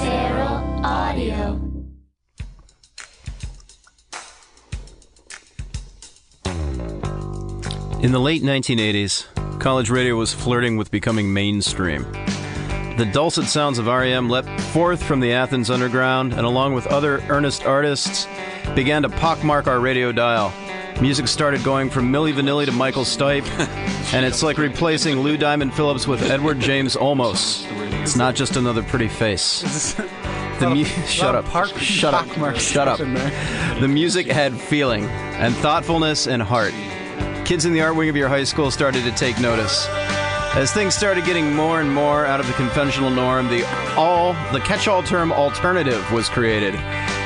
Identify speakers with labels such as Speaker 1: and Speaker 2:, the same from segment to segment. Speaker 1: Feral Audio.
Speaker 2: In the late 1980s, college radio was flirting with becoming mainstream. The dulcet sounds of REM leapt forth from the Athens underground and, along with other earnest artists, began to pockmark our radio dial. Music started going from Milli Vanilli to Michael Stipe, and it's like replacing Lou Diamond Phillips with Edward James Olmos. It's not just another pretty face. The mu- shut up. shut up. Shut up. The music had feeling and thoughtfulness and heart. Kids in the art wing of your high school started to take notice. As things started getting more and more out of the conventional norm, the all the catch-all term alternative was created.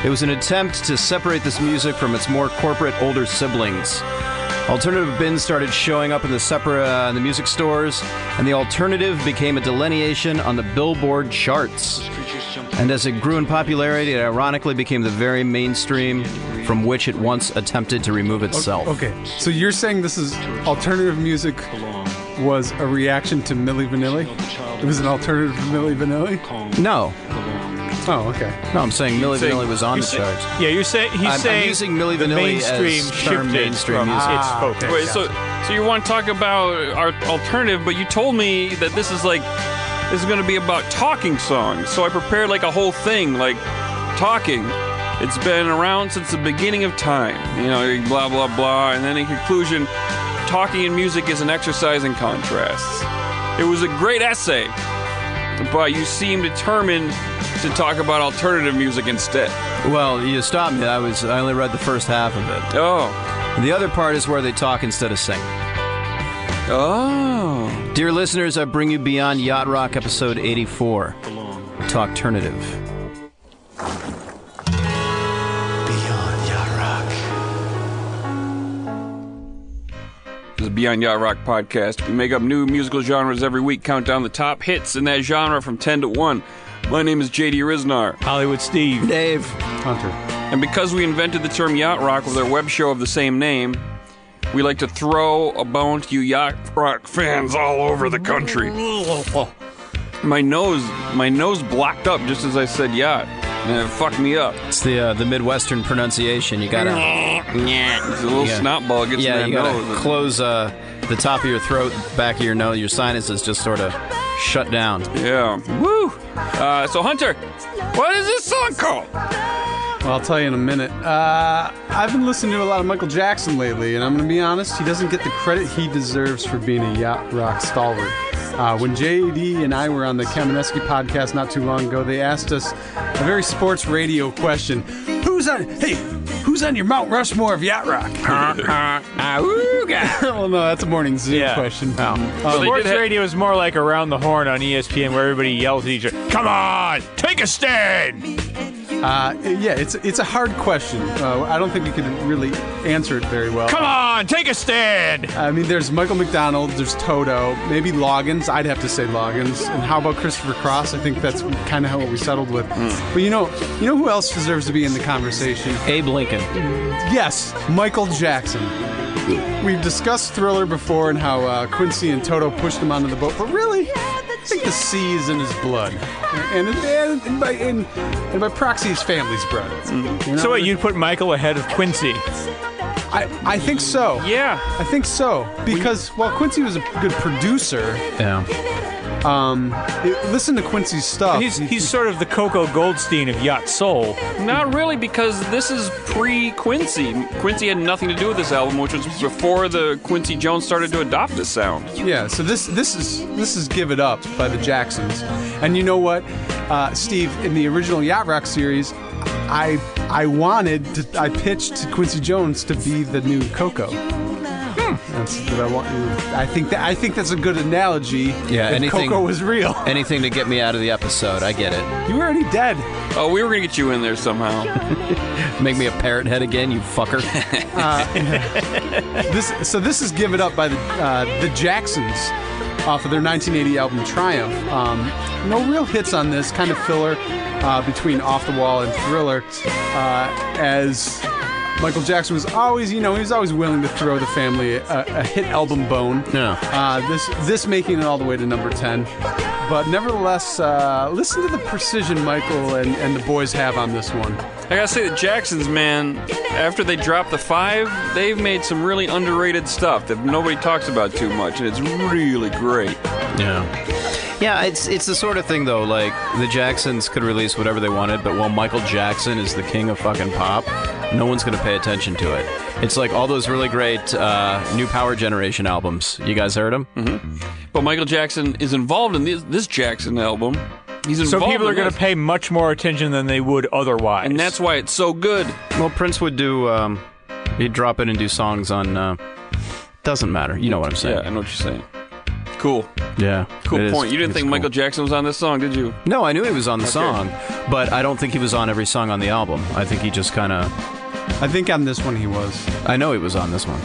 Speaker 2: It was an attempt to separate this music from its more corporate older siblings. Alternative bins started showing up in the separate uh, in the music stores, and the alternative became a delineation on the Billboard charts. And as it grew in popularity, it ironically became the very mainstream from which it once attempted to remove itself.
Speaker 3: Okay, so you're saying this is alternative music was a reaction to Milli Vanilli? It was an alternative to Milli Vanilli?
Speaker 2: No,
Speaker 3: Oh, okay.
Speaker 2: no, I'm saying Milli
Speaker 4: saying-
Speaker 2: Vanilli was on
Speaker 4: you're
Speaker 2: the
Speaker 4: saying-
Speaker 2: charts.
Speaker 5: Yeah, you're saying he's
Speaker 2: I'm- I'm
Speaker 5: saying
Speaker 2: using Milli
Speaker 5: the
Speaker 2: Vanilli as
Speaker 5: mainstream
Speaker 2: term
Speaker 5: shifted
Speaker 2: mainstream
Speaker 5: from Ah.
Speaker 2: music.
Speaker 5: its focus.
Speaker 4: Wait, so so you want to talk about our alternative, but you told me that this is like this is going to be about talking songs. So I prepared like a whole thing, like talking. It's been around since the beginning of time. You know, blah blah blah, and then in conclusion, talking and music is an exercise in contrasts. It was a great essay, but you seem determined to talk about alternative music instead.
Speaker 2: Well, you stopped me. I was I only read the first half of it.
Speaker 4: Oh,
Speaker 2: The other part is where they talk instead of sing.
Speaker 4: oh.
Speaker 2: Dear listeners, I bring you Beyond Yacht Rock, episode 84, Talkternative.
Speaker 4: This is Beyond Yacht Rock podcast. We make up new musical genres every week, count down the top hits in that genre from 10 to 1. My name is JD Riznar,
Speaker 5: Hollywood Steve.
Speaker 2: Dave,
Speaker 3: Hunter.
Speaker 4: and because we invented the term yacht rock with our web show of the same name, we like to throw a bone to you yacht rock fans all over the country. My nose, my nose blocked up just as I said yacht, and it fucked me up.
Speaker 2: it's the uh, the Midwestern pronunciation. You gotta,
Speaker 4: It's a little
Speaker 2: Yeah.
Speaker 4: snot ball gets
Speaker 2: yeah,
Speaker 4: in
Speaker 2: you
Speaker 4: that
Speaker 2: gotta
Speaker 4: nose.
Speaker 2: close uh, the top of your throat, back of your nose. Your sinuses just sort of shut down.
Speaker 4: yeah. Woo. Uh, so Hunter, what is this song called?
Speaker 3: Well, I'll tell you in a minute. Uh, I've been listening to a lot of Michael Jackson lately, and I'm going to be honest, he doesn't get the credit he deserves for being a yacht rock stalwart. Uh, when JD and I were on the Kamenetsky podcast not too long ago, they asked us a very sports radio question. Who's on, hey, who's on your Mount Rushmore of yacht rock?
Speaker 4: Uh,
Speaker 3: well, no, that's a morning zoo
Speaker 5: Yeah. Oh.
Speaker 3: question.
Speaker 4: they
Speaker 5: Sports
Speaker 4: did have-
Speaker 5: radio is more like around the horn on E ESPN, where everybody yells at each other. Come on, take a stand.
Speaker 3: Uh, yeah, it's it's a hard question. Uh, I don't think we could really answer it very well.
Speaker 5: Come on, take a stand.
Speaker 3: I mean, there's Michael McDonald, there's Toto, maybe Loggins. I'd have to say Loggins. And how about Christopher Cross? I think that's kind of how what we settled with.
Speaker 5: Hmm.
Speaker 3: But you know, you know who else deserves to be in the conversation?
Speaker 2: Abe Lincoln.
Speaker 3: Yes, Michael Jackson. We've discussed Thriller before and how uh, Quincy and Toto pushed him onto the boat, but really, I think the sea is in his blood, and and, and by and, and by proxy, his family's blood. You know?
Speaker 5: So wait, you'd put Michael ahead of Quincy?
Speaker 3: I, I think so.
Speaker 4: Yeah.
Speaker 3: I think so because while Quincy was a good producer,
Speaker 2: Yeah.
Speaker 3: it- listen to Quincy's stuff.
Speaker 5: He's he's sort of the Coco Goldstein of yacht soul.
Speaker 4: Not really, because this is pre Quincy. Quincy had nothing to do with this album, which was before the Quincy Jones started to adopt this sound.
Speaker 3: yeah. So this this is this is "Give It Up" by the Jacksons, and you know what, uh, Steve? In the original Yacht Rock series, I I wanted to, I pitched to Quincy Jones to be the new Coco. That's what I want. I think that I think that's a good analogy.
Speaker 2: Yeah,
Speaker 3: If
Speaker 2: anything-
Speaker 3: Coco was real.
Speaker 2: Anything to get me out of the episode. I get it.
Speaker 3: You were already dead.
Speaker 4: Oh, we were gonna get you in there somehow.
Speaker 2: Make me a parrot head again, you fucker.
Speaker 3: This so this is "Give It Up" by the uh, the Jacksons off of their 1980 album Triumph. Um, no real hits on this, kind of filler uh, between Off the Wall and Thriller, uh, as Michael Jackson was always, you know, he was always willing to throw the family a, a hit album bone.
Speaker 2: Yeah.
Speaker 3: Uh, this this making it all the way to number ten, but nevertheless, uh, listen to the precision Michael and, and the boys have on this one.
Speaker 4: I gotta say, the Jacksons, man, after they dropped the five, they've made some really underrated stuff that nobody talks about too much, and it's really great.
Speaker 2: Yeah. Yeah, it's it's the sort of thing though. Like the Jacksons could release whatever they wanted, but while Michael Jackson is the king of fucking pop, no one's gonna pay attention to it. It's like all those really great uh, new Power Generation albums. You guys heard them?
Speaker 4: But Michael Jackson is involved in this, this Jackson album. He's
Speaker 5: So
Speaker 4: involved
Speaker 5: people
Speaker 4: in
Speaker 5: are going
Speaker 4: this,
Speaker 5: to pay much more attention than they would otherwise.
Speaker 4: and that's why it's so good.
Speaker 2: Well, Prince would do. Um, he'd drop in and do songs on. Uh, doesn't matter. You know what I'm
Speaker 4: Yeah,
Speaker 2: saying?
Speaker 4: I know what you're saying. Cool,
Speaker 2: Yeah. it
Speaker 4: cool
Speaker 2: is-
Speaker 4: point. you didn't
Speaker 2: it's
Speaker 4: think
Speaker 2: cool.
Speaker 4: Michael Jackson was on this song, did you?
Speaker 2: No, I knew he was on the song, but I don't think he was on every song on the album. I think he just kind of.
Speaker 3: I think on this one he was.
Speaker 2: I know he was on this one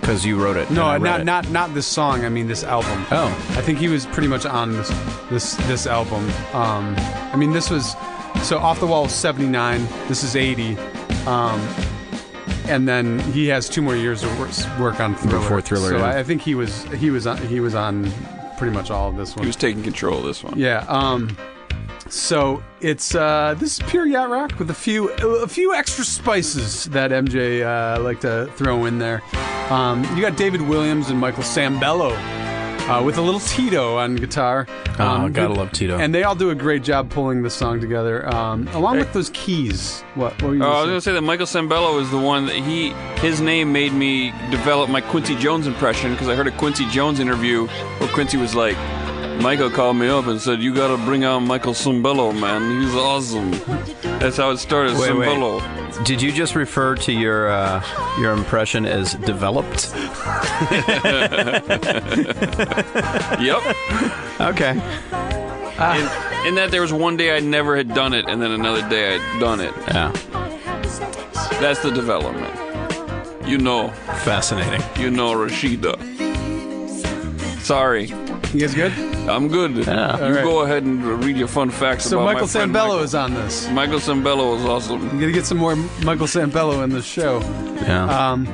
Speaker 2: because you wrote it.
Speaker 3: No,
Speaker 2: and I read
Speaker 3: not
Speaker 2: it.
Speaker 3: not not this song. I mean this album.
Speaker 2: Oh.
Speaker 3: I think he was pretty much on this this this album. Um, I mean this was so off the wall was seventy nine. This is eighty, um, and then he has two more years of work, work on Thriller.
Speaker 2: Before Thriller,
Speaker 3: so
Speaker 2: yeah.
Speaker 3: I, I think he was he was on, he was on pretty much all of this one.
Speaker 4: He was taking control of this one.
Speaker 3: Yeah. Um. So it's uh, this is pure yacht rock with a few a few extra spices that MJ uh, like to throw in there. Um, you got David Williams and Michael Sambello uh, with a little Tito on guitar. Um,
Speaker 2: Oh, gotta love Tito.
Speaker 3: And they all do a great job pulling this song together, um, along with those keys. What? what were you
Speaker 4: Oh, I was
Speaker 3: gonna
Speaker 4: gonna
Speaker 3: say?
Speaker 4: say that Michael Sambello is the one that he his name made me develop my Quincy Jones impression because I heard a Quincy Jones interview where Quincy was like, Michael called me up and said, "You gotta bring out Michael Sambello, man. He's awesome." That's how it started.
Speaker 2: Wait, wait.
Speaker 4: Sambello.
Speaker 2: Did you just refer to your uh, your impression as developed?
Speaker 4: Yep.
Speaker 2: Okay.
Speaker 4: in, in that there was one day I never had done it, and then another day I'd done it.
Speaker 2: Yeah.
Speaker 4: That's the development. You know,
Speaker 2: Fascinating.
Speaker 4: you know, Rashida. Sorry,
Speaker 3: You guys good?
Speaker 4: I'm good.
Speaker 2: Yeah.
Speaker 4: You
Speaker 3: right.
Speaker 4: go ahead and read your fun facts
Speaker 3: So
Speaker 4: about
Speaker 3: Michael
Speaker 4: my friend
Speaker 3: Sambello is on this.
Speaker 4: Michael, Michael Sambello is awesome.
Speaker 3: I'm gonna get some more Michael Sambello in the show.
Speaker 2: Yeah.
Speaker 3: Um,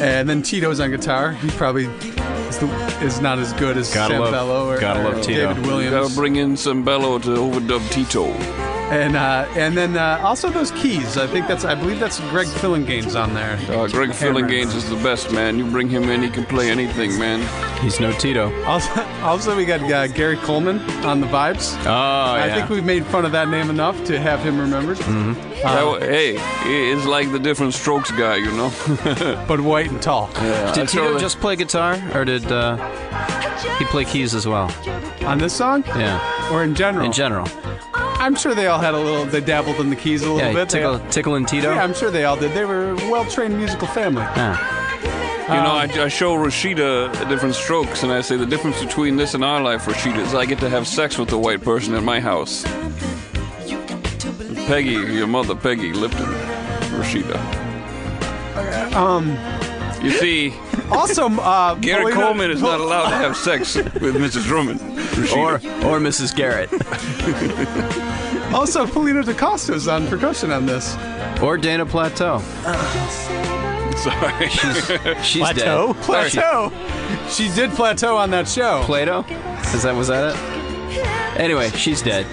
Speaker 3: and then Tito's on guitar. He probably is, the, is not as good as
Speaker 2: Gotta love-
Speaker 3: Sambello or,
Speaker 2: gotta
Speaker 3: or
Speaker 2: love Tito.
Speaker 3: David
Speaker 4: You gotta
Speaker 3: Williams.
Speaker 4: bring in Sambello to overdub Tito.
Speaker 3: and uh, and then uh, also those keys. I think that's I believe that's Greg Fillingane's on there.
Speaker 4: Uh, Greg
Speaker 3: Hammer.
Speaker 4: Fillinganes is the best man. You bring him in, he can play anything, man.
Speaker 2: He's no Tito.
Speaker 3: Also, also we got uh, Gary Coleman on the vibes.
Speaker 2: Oh, yeah. Hmm.
Speaker 3: I think we've made fun of that name enough to have him remembered.
Speaker 4: That wa- hey, he is like the different strokes guy, you know.
Speaker 3: But white and tall.
Speaker 2: did
Speaker 4: I
Speaker 2: Tito
Speaker 4: totally-
Speaker 2: just play guitar, or did uh, he play keys as well?
Speaker 3: On this song,
Speaker 2: Yeah.
Speaker 3: or in general,
Speaker 2: In general.
Speaker 3: I'm sure they all had a little. They dabbled in the keys a little
Speaker 2: Yeah.
Speaker 3: bit. They-
Speaker 2: Tickle, tickle and Tito.
Speaker 3: yeah, I'm sure they all did. They were a well-trained musical family.
Speaker 2: Yeah.
Speaker 4: You know, I, I show Rashida different strokes, and I say the difference between this and our life, Rashida, is I get to have sex with a white person at my house. Peggy, your mother, Peggy Lipton, Rashida. Uh, Um, Oh, you see,
Speaker 3: Also, uh,
Speaker 4: Gary
Speaker 3: Paulina-
Speaker 4: Coleman is not allowed to have sex with Mrs. Drummond.
Speaker 2: Or
Speaker 4: Rashida.
Speaker 2: or Mrs. Garrett.
Speaker 3: Also, Polino DaCosta's on percussion on this.
Speaker 2: or Dana Plateau.
Speaker 4: sorry.
Speaker 2: She's
Speaker 5: Plateau?
Speaker 2: dead.
Speaker 3: Plateau. She did plateau on that show.
Speaker 2: Plato. Is that was that it? Anyway, she's dead.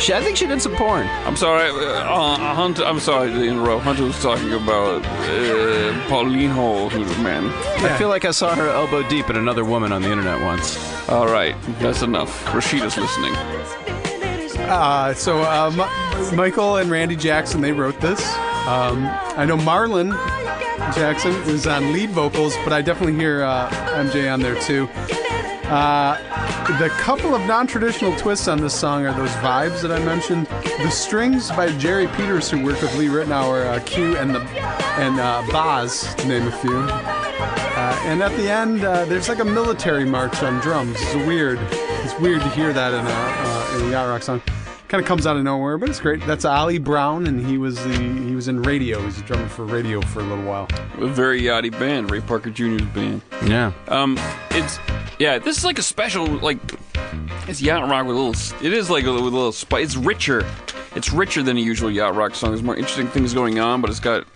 Speaker 2: She, I think she did some porn.
Speaker 4: I'm sorry, uh, Hunter. I'm sorry to interrupt. Hunter was talking about uh, Paulinho, who's a man.
Speaker 2: I feel like I saw her elbow deep in another woman on the internet once.
Speaker 4: All right, that's enough. Rashida's listening. Ah.
Speaker 3: Uh, so uh, M- Michael and Randy Jackson they wrote this. Um, I know Marlon Jackson was on lead vocals, but I definitely hear uh, MJ on there too. Uh, the couple of non-traditional twists on this song are those vibes that I mentioned. The strings by Jerry Peters, who worked with Lee Ritenour, uh, Q, and the and uh, Boz, to name a few. Uh, and at the end, uh, there's like a military march on drums. It's weird. It's weird to hear that in a uh, in a yacht rock song. Kind of comes out of nowhere, but it's great. That's Ollie Brown, and he was the he was in radio. He's a drummer for radio for a little while.
Speaker 4: A very yachty band, Ray Parker Jr.'s band.
Speaker 2: Yeah.
Speaker 4: Um, it's yeah, this is like a special like it's yacht rock with a little. It is like a, with a little spice. It's richer. It's richer than a usual yacht rock song. There's more interesting things going on, but it's got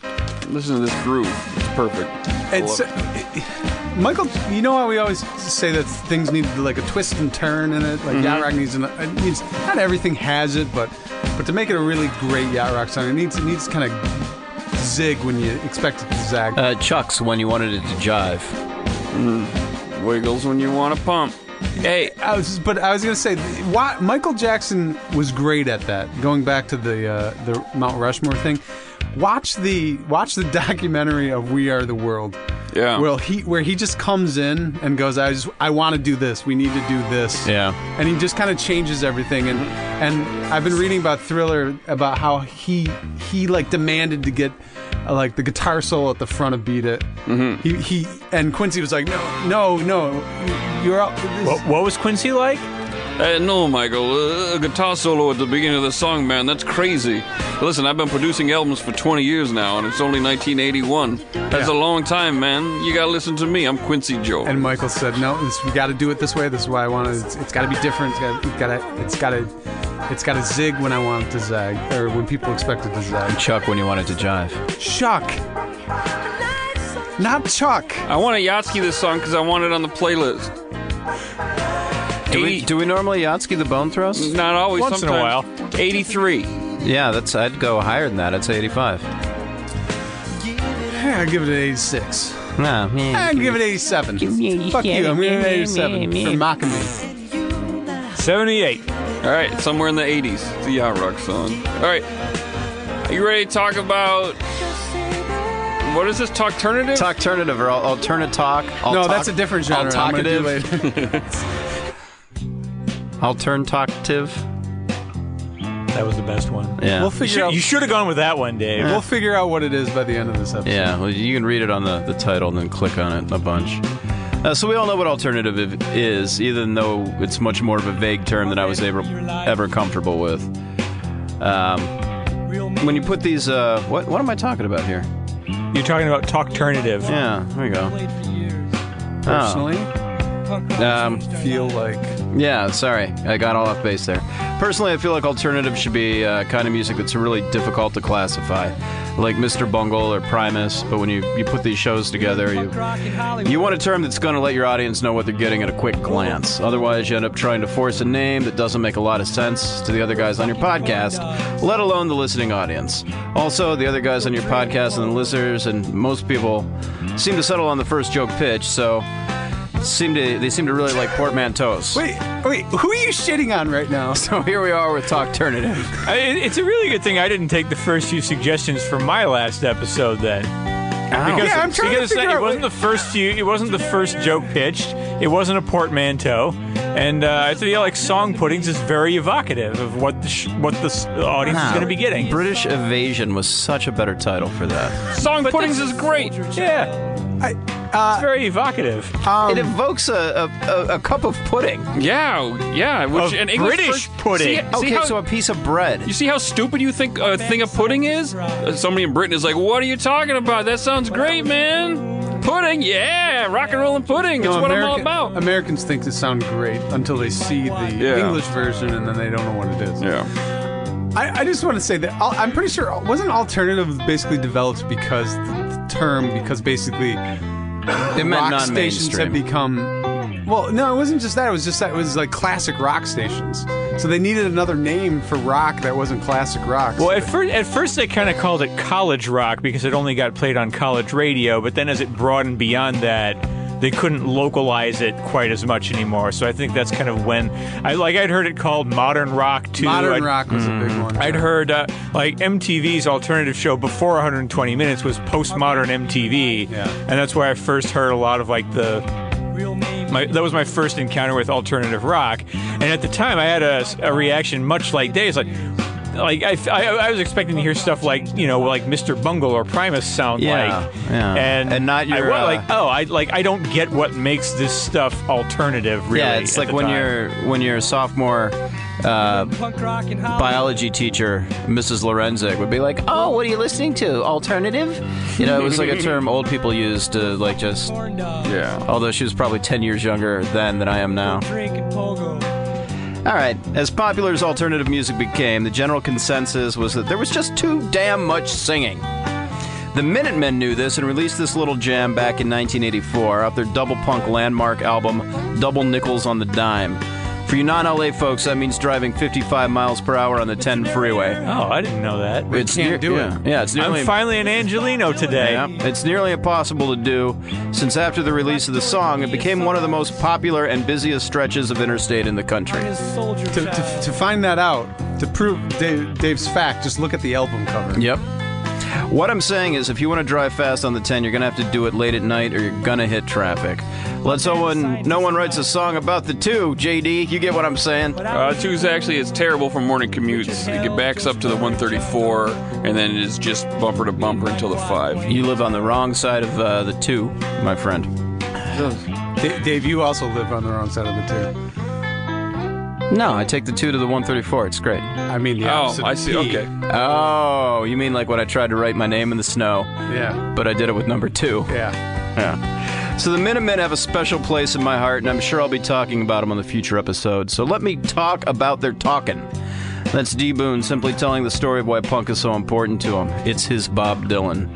Speaker 4: Listen to this groove. It's perfect. I
Speaker 3: It's
Speaker 4: love it.
Speaker 3: Michael. You know how we always say that things need like a twist and turn in it. Like
Speaker 4: Mm-hmm.
Speaker 3: yacht rock needs, an, it needs not everything has it, but but to make it a really great yacht rock song, it needs it needs kind of zig when you expect it to zag.
Speaker 2: Uh, Chucks when you wanted it to jive.
Speaker 4: Wiggles when you want to pump. Hey,
Speaker 3: I was, but I was gonna say, why Michael Jackson was great at that. Going back to the uh, the Mount Rushmore thing, watch the watch the documentary of We Are the World.
Speaker 4: Yeah.
Speaker 3: Well, he where he just comes in and goes, I just I want to do this. We need to do this.
Speaker 2: Yeah.
Speaker 3: And he just kind of changes everything. And and I've been reading about Thriller about how he he like demanded to get. uh, Like the guitar solo at the front of "Beat It," mm-hmm. he he and Quincy was like, "No, no, no, you're up."
Speaker 5: What, what was Quincy like?
Speaker 4: Hey, Uh, no, Michael. Uh, a guitar solo at the beginning of the song, man. That's crazy. Listen, I've been producing albums for 20 years now, and it's only 1981. That's
Speaker 3: Yeah.
Speaker 4: a long time, man. You gotta listen to me. I'm Quincy Joe.
Speaker 3: And Michael said, "No, this, we got to do it this way. This is why I want to. It's, it's got to be different. It's got to. It's got to. It's got to zig when I want it to zag, or when people expect it to zag."
Speaker 2: Chuck when you wanted to jive.
Speaker 3: Chuck, not Chuck.
Speaker 4: I want to Yatsky this song because I want it on the playlist.
Speaker 2: Do we,
Speaker 4: Eighty-
Speaker 2: do we normally Yatsky the bone thrust?
Speaker 4: Not always.
Speaker 5: Once in a
Speaker 4: sometimes. 83.
Speaker 2: Yeah, that's I'd go higher than that. I'd say 85.
Speaker 3: I give it an eighty-six.
Speaker 2: Nah, hmm.
Speaker 3: I
Speaker 2: man.
Speaker 3: give it eighty-seven. Fuck you. I'm giving it an eighty-seven for mocking me.
Speaker 5: 78.
Speaker 4: All right, somewhere in the 80s. It's a yacht rock song. All right, are you ready to talk about what is this? Talkternative?
Speaker 2: Alternative or al- alternate talk. Al-
Speaker 3: no,
Speaker 2: talk-
Speaker 3: that's a different genre. I'm gonna do
Speaker 2: Alternative.
Speaker 3: later.
Speaker 2: Alternative.
Speaker 5: That was the best one.
Speaker 2: Yeah.
Speaker 3: We'll
Speaker 5: You
Speaker 3: figure
Speaker 5: should,
Speaker 3: out.
Speaker 5: you should have gone with that one, Dave.
Speaker 3: We'll figure out what it is by the end of this episode.
Speaker 2: Yeah, well, you can read it on the, the title and then click on it a bunch. Uh, so we all know what alternative i- is, even though it's much more of a vague term than I was ever ever comfortable with. Um, when you put these, uh, what what am I talking about here?
Speaker 5: You're talking about Talkternative.
Speaker 2: Yeah, there we go. Oh,
Speaker 3: Personally,
Speaker 2: um,
Speaker 3: feel like
Speaker 2: Oh. yeah, sorry, I got all off base there. Personally, I feel like alternative should be uh, kind of music that's really difficult to classify, like Mr. Bungle or Primus. But when you, you put these shows together, you You want a term that's going to let your audience know what they're getting at a quick glance. Otherwise, you end up trying to force a name that doesn't make a lot of sense to the other guys on your podcast, let alone the listening audience. Also, the other guys on your podcast and the listeners and most people seem to settle on the first joke pitch, so seem to they seem to really like portmanteaus.
Speaker 3: wait, wait. Who are you shitting on right now?
Speaker 2: So here we are with Talkternative.
Speaker 5: I, it- it's a really good thing I didn't take the first few suggestions from my last episode then. Because,
Speaker 3: Yeah, I'm trying to
Speaker 5: because
Speaker 3: figure
Speaker 5: it
Speaker 3: out
Speaker 5: wasn't
Speaker 3: what-
Speaker 5: the first few. It wasn't the first joke pitched. It wasn't a portmanteau, and uh, I feel like song puddings is very evocative of what the sh- what the s- audience is going to be getting.
Speaker 2: British Evasion was such a better title for that.
Speaker 4: Song Puddings is great.
Speaker 5: Yeah,
Speaker 3: I,
Speaker 5: it's
Speaker 3: uh,
Speaker 5: very evocative.
Speaker 4: Um,
Speaker 2: it evokes a, a, a, a cup of pudding.
Speaker 4: Yeah, yeah. Which
Speaker 5: Of
Speaker 4: an English
Speaker 5: British
Speaker 4: first-
Speaker 5: pudding.
Speaker 4: See, see
Speaker 2: Okay,
Speaker 4: how,
Speaker 2: so a piece of bread.
Speaker 4: you see how stupid you think a thing of pudding is? Uh, somebody in Britain is like, "What are you talking about? That sounds great, man. Pudding, yeah, rock and roll and pudding. That's
Speaker 3: No,
Speaker 4: what
Speaker 3: American-
Speaker 4: I'm all about."
Speaker 3: Americans think they sound great until they see the
Speaker 4: Yeah.
Speaker 3: English version and then they don't know what it is.
Speaker 4: yeah.
Speaker 3: I, I just want to say that al- I'm pretty sure wasn't alternative basically developed because the, the term because basically
Speaker 2: it meant
Speaker 3: rock stations
Speaker 2: non-mainstream.
Speaker 3: have become. Well, no, it wasn't just that. It was just that it was like classic rock stations. So they needed another name for rock that wasn't classic rock.
Speaker 5: Well, at first, at first they kind of called it college rock because it only got played on college radio. But then, as it broadened beyond that, they couldn't localize it quite as much anymore. So I think that's kind of when I like I'd heard it called modern rock too.
Speaker 3: modern
Speaker 5: I'd-
Speaker 3: rock was a
Speaker 4: Mm.
Speaker 3: big one.
Speaker 5: I'd heard uh, like MTV's alternative show before 120 Minutes was postmodern MTV,
Speaker 3: Yeah.
Speaker 5: and that's where I first heard a lot of like the. My, that was my first encounter with alternative rock, and at the time I had a, a reaction much like Dave's, like. Like I, I, I was expecting to hear stuff like you know like Mr. Bungle or Primus sound
Speaker 2: Yeah,
Speaker 5: like,
Speaker 2: yeah.
Speaker 5: and
Speaker 2: And not
Speaker 5: I
Speaker 2: your,
Speaker 5: was
Speaker 2: uh,
Speaker 5: like oh I like I don't get what makes this stuff alternative really.
Speaker 2: yeah, it's
Speaker 5: at
Speaker 2: like
Speaker 5: the
Speaker 2: when
Speaker 5: time.
Speaker 2: your when your sophomore uh, biology teacher, Mrs. Lorenzik, would be like, "Oh, what are you listening to? Alternative?" You know, it was like a term old people used to like just.
Speaker 4: Yeah.
Speaker 2: Although she was probably ten years younger then than I am now. All right. As popular as alternative music became, the general consensus was that there was just too damn much singing. The Minutemen knew this and released this little jam back in 1984 off their double punk landmark album, Double Nickels on the Dime. For you non LA folks, that means driving 55 miles per hour on the 10 freeway.
Speaker 5: Oh, I didn't know that.
Speaker 2: It's
Speaker 3: can't do it.
Speaker 2: yeah, Yeah, it's nearly
Speaker 5: I'm finally an Angelino today.
Speaker 2: yeah, it's nearly impossible to do, since after the release of the song, it became one of the most popular and busiest stretches of interstate in the country.
Speaker 3: To, to, to find that out, to prove Dave, Dave's fact, just look at the album cover.
Speaker 2: Yep. What I'm saying is, if you want to drive fast on the 10, you're going to have to do it late at night or you're going to hit traffic. Let someone, no one writes a song about the 2, JD. You get what I'm saying?
Speaker 4: Uh, two's actually it's terrible for morning commutes. It get- backs up to the 134, and then it is just bumper to bumper until the five.
Speaker 2: You live on the wrong side of uh, the 2, my friend.
Speaker 3: Da- Dave, you also live on the wrong side of the two.
Speaker 2: No, I take the 2 to the 134. It's great.
Speaker 3: I mean, the
Speaker 4: Oh,
Speaker 3: opposite
Speaker 4: I
Speaker 3: of
Speaker 4: see.
Speaker 3: P.
Speaker 4: Okay.
Speaker 2: Oh, you mean like when I tried to write my name in the snow,
Speaker 3: Yeah.
Speaker 2: but I did it with number 2.
Speaker 3: Yeah.
Speaker 2: So the Minutemen have a special place in my heart, and I'm sure I'll be talking about them on the future episodes. So let me talk about their talking. That's D Boone simply telling the story of why punk is so important to him. It's his Bob Dylan.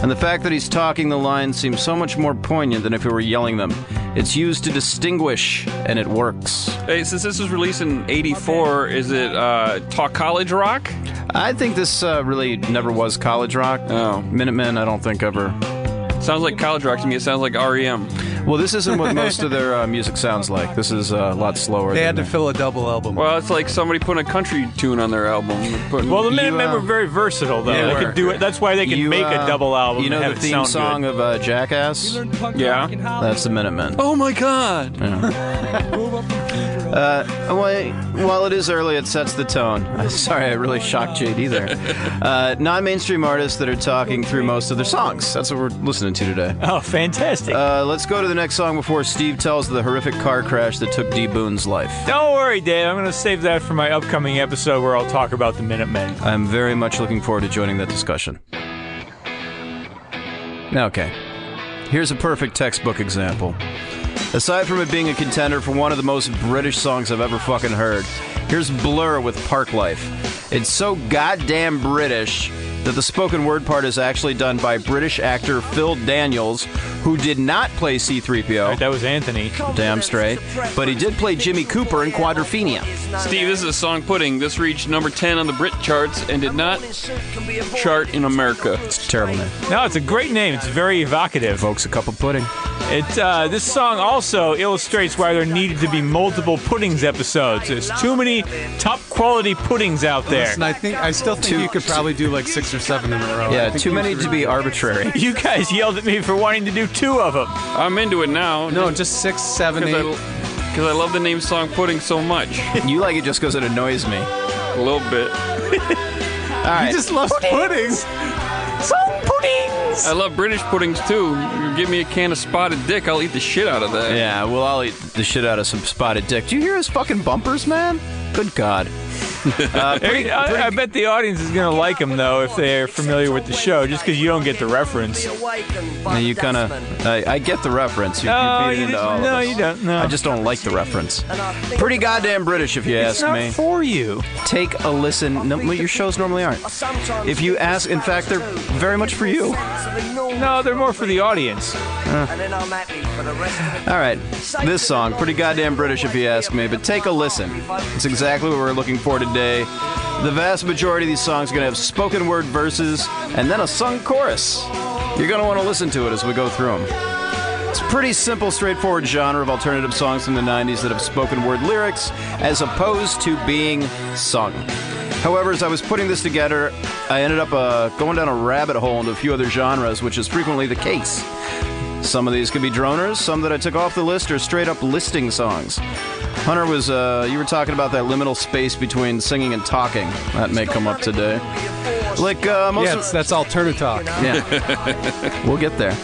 Speaker 2: And the fact that he's talking the lines seems so much more poignant than if he were yelling them. It's used to distinguish, and it works.
Speaker 4: Hey, since this was released in '84, is it uh, talk college rock?
Speaker 2: I think this uh, really never was college rock.
Speaker 4: Oh.
Speaker 2: Minutemen, I don't think ever.
Speaker 4: Sounds like college rock to me. It sounds like E REM.
Speaker 2: Well, this isn't what most of their uh, music sounds like. This is uh, a lot slower.
Speaker 3: They
Speaker 2: than
Speaker 3: had to
Speaker 2: that.
Speaker 3: fill a double album.
Speaker 4: Well, it's like somebody putting a country tune on their album. They're Putting,
Speaker 5: Well, the Minutemen
Speaker 3: uh,
Speaker 5: were very versatile, though.
Speaker 2: Yeah,
Speaker 5: they
Speaker 2: were.
Speaker 5: could do it. That's why they could
Speaker 2: You,
Speaker 5: make
Speaker 2: uh,
Speaker 5: a double album.
Speaker 2: You know
Speaker 5: and have
Speaker 2: the
Speaker 5: it
Speaker 2: theme
Speaker 5: sound
Speaker 2: song
Speaker 5: good.
Speaker 2: of uh, Jackass?
Speaker 4: yeah.
Speaker 2: That's the Minutemen.
Speaker 4: Oh my God!
Speaker 2: Why- While Uh, it is early, it sets the tone. I'm Sorry, I really shocked JD there. Uh, non-mainstream artists that are talking through most of their songs. That's what we're listening to today.
Speaker 5: Oh, fantastic!
Speaker 2: Uh, let's go to the next song before Steve tells the horrific car crash that took D Boone's life.
Speaker 5: Don't worry, Dave. I'm going to save that for my upcoming episode where I'll talk about the Minutemen.
Speaker 2: I'm very much looking forward to joining that discussion. Okay. Here's a perfect textbook example. Aside from it being a contender for one of the most British songs I've ever fucking heard, here's Blur with Park Life. It's so goddamn British that the spoken word part is actually done by British actor Phil Daniels, who did not play
Speaker 5: Right,
Speaker 2: C3PO,
Speaker 5: that was Anthony.
Speaker 2: damn straight, but he did play Jimmy Cooper in Quadrophenia.
Speaker 4: Steve, this is a song pudding. This reached number 10 on the Brit charts and did not chart in America.
Speaker 2: It's a terrible name.
Speaker 5: No, it's a great name. It's very evocative.
Speaker 2: Folks, a cup of pudding.
Speaker 5: It uh, this song also illustrates why there needed to be multiple puddings episodes. There's too many top quality puddings out there.
Speaker 3: Listen, I think I still think you could probably do like six or seven in a row. I
Speaker 2: Yeah,
Speaker 3: think
Speaker 2: too
Speaker 3: you
Speaker 2: many
Speaker 3: should-
Speaker 2: to be arbitrary.
Speaker 5: You guys yelled at me for wanting to do two of them.
Speaker 2: Uh,
Speaker 4: I'm into it now.
Speaker 3: No, just six, seven,
Speaker 4: because I,
Speaker 3: eight.
Speaker 4: because I love the name song pudding so much.
Speaker 2: You like it just because it annoys me. All
Speaker 4: a little bit.
Speaker 2: right.
Speaker 3: He just loves puddings.
Speaker 4: I love British puddings too. You give me a can of spotted dick, I'll eat the shit out of that.
Speaker 2: yeah, well, I'll eat the shit out of some spotted dick. Do you hear his fucking bumpers, man? Good God.
Speaker 5: I, I bet the audience is going to like them though if they're familiar with the show, just because you don't get the reference.
Speaker 2: Now you kind of. I, I get the reference. You,
Speaker 5: No,
Speaker 2: you beat it into
Speaker 5: Oh, you just-
Speaker 2: all of
Speaker 5: no,
Speaker 2: us.
Speaker 5: you don't, no.
Speaker 2: I just don't like the reference. Pretty goddamn British, if you
Speaker 5: It's
Speaker 2: ask
Speaker 5: not
Speaker 2: me.
Speaker 5: for you.
Speaker 2: Take a listen. No, well, your shows normally aren't. If you ask, in fact, they're very much for you.
Speaker 5: No, they're more for the audience.
Speaker 2: All right, this song, pretty goddamn British if you ask me, but take a listen. It's exactly what we're looking for today. The vast majority of these songs are going to have spoken word verses and then a sung chorus. You're going to want to listen to it as we go through them. It's a pretty simple, straightforward genre of alternative songs from the 90s that have spoken word lyrics as opposed to being sung. However, as I was putting this together, I ended up uh, going down a rabbit hole into a few other genres, which is frequently the case. Some of these could be droners, some that I took off the list are straight up listing songs. Hunter was, uh, you were talking about that liminal space between singing and talking. That may come up today. Like, uh, most
Speaker 3: Yeah,
Speaker 2: of,
Speaker 3: it's, that's alternative talk.
Speaker 2: yeah. we'll get there.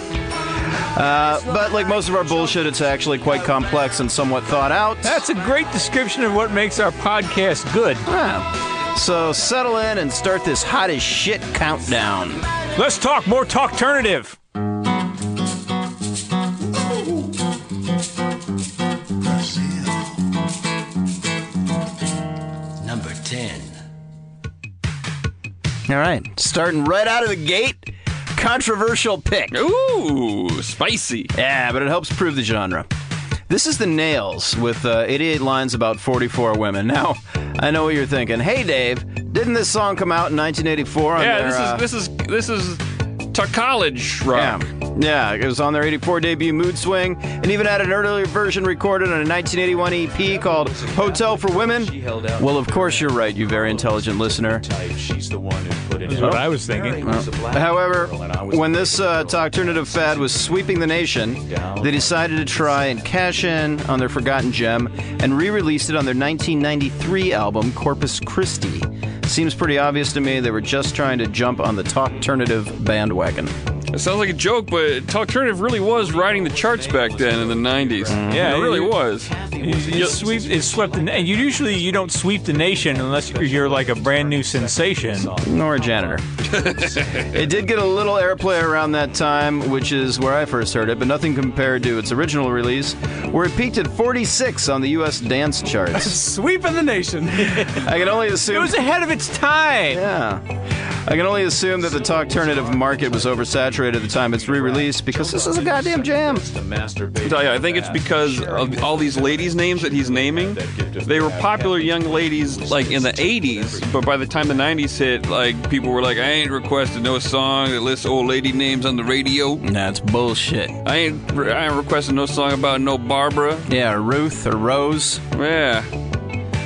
Speaker 2: Uh, but like most of our bullshit, it's actually quite complex and somewhat thought out.
Speaker 5: That's a great description of what makes our podcast good.
Speaker 2: Yeah. So settle in and start this hot as shit countdown.
Speaker 5: Let's talk more talk alternative.
Speaker 6: Number 10.
Speaker 2: All right, starting right out of the gate. controversial pick.
Speaker 4: Ooh, spicy.
Speaker 2: Yeah, but it helps prove the genre. This is The Nails with uh, 88 lines about 44 women. Now, I know what you're thinking. Hey, Dave, didn't this song come out in 1984? On
Speaker 4: Yeah,
Speaker 2: their, uh,
Speaker 4: this is this is this is to college rock.
Speaker 2: Yeah. Yeah, it was on their 84 debut Mood Swing, and even had an earlier version recorded on a 1981 EP called Hotel for Women. Well, of course, you're right, you very intelligent listener.
Speaker 6: She's the one who put it
Speaker 5: That's what I was thinking.
Speaker 2: However, when this uh, alternative fad was sweeping the nation, they decided to try and cash in on their forgotten gem and re released it on their 1993 album, Corpus Christi. Seems pretty obvious to me they were just trying to jump on the talkternative bandwagon.
Speaker 4: It sounds like a joke, but Talkative really was riding the charts back then in the 90s.
Speaker 2: Mm-hmm.
Speaker 5: Yeah,
Speaker 4: it really
Speaker 5: it-
Speaker 4: was.
Speaker 5: It, it sweep, it swept, the, and you usually you don't sweep the nation unless you're, you're like a brand new sensation.
Speaker 2: Nor a janitor. it did get a little airplay around that time, which is where I first heard it, but nothing compared to its original release, where it peaked at 46 on the U.S. dance charts.
Speaker 3: Sweeping the nation.
Speaker 2: I can only assume.
Speaker 5: It was ahead of its time.
Speaker 2: Yeah. I can only assume that the Talkternative market was oversaturated at the time it's re-released because this is a goddamn jam.
Speaker 4: I tell you, I think it's because of all these ladies' names that he's naming. They were popular young ladies like in the 80s, but by the time the 90s hit, like people were like, I ain't requesting no song that lists old lady names on the radio.
Speaker 2: That's bullshit.
Speaker 4: I ain't I ain't requesting no song about no Barbara.
Speaker 2: Yeah, Ruth or Rose.
Speaker 4: Yeah.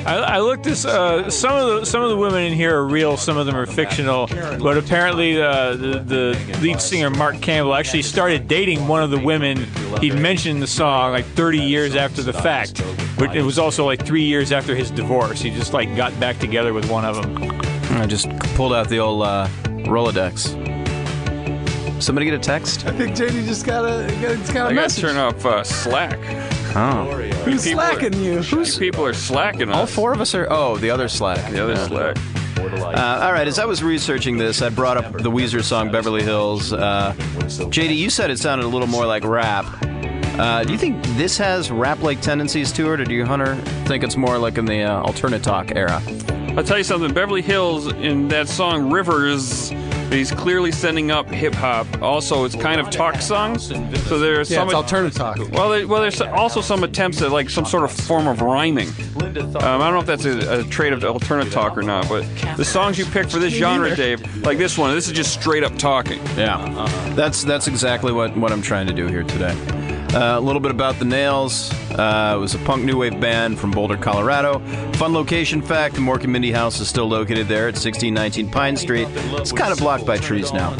Speaker 5: I, I looked this. Uh, some of the some of the women in here are real. Some of them are fictional. But apparently, uh, the the lead singer Mark Campbell actually started dating one of the women he'd mentioned in the song like 30 years after the fact. But it was also like three years after his divorce. He just like got back together with one of them.
Speaker 2: I just pulled out the old uh, Rolodex. Somebody get a text?
Speaker 3: I think JD just got a got, got a
Speaker 4: I gotta
Speaker 3: message.
Speaker 4: turn off uh, Slack.
Speaker 2: Oh.
Speaker 3: Who's
Speaker 4: People are-
Speaker 3: slacking you? Who's
Speaker 4: People are slacking
Speaker 2: All
Speaker 4: on
Speaker 2: four of us are. Oh, the other Slack.
Speaker 4: the other Slack.
Speaker 2: Uh, all right, as I was researching this, I brought up the Weezer song Beverly Hills. Uh, JD, you said it sounded a little more like rap. Uh, do you think this has rap like tendencies to it, or do you, Hunter, think it's more like in the uh, alternate talk era?
Speaker 4: I'll tell you something. Beverly Hills in that song Rivers, he's clearly sending up hip hop. Also, it's kind of talk songs. So there's
Speaker 3: yeah,
Speaker 4: some.
Speaker 3: it's alternative talk.
Speaker 4: well, there, well, there's also some attempts at like some sort of form of rhyming. Um, I don't know if that's a, a trait of alternative talk or not, but the songs you pick for this genre, Dave, like this one, this is just straight up talking.
Speaker 2: Yeah, that's that's exactly what, what I'm trying to do here today. Uh, a little bit about the Nails. Uh, it was a punk new wave band from Boulder, Colorado. Fun location fact: the Mork and Mindy House is still located there at 1619 Pine Street. It's kind of blocked by trees now.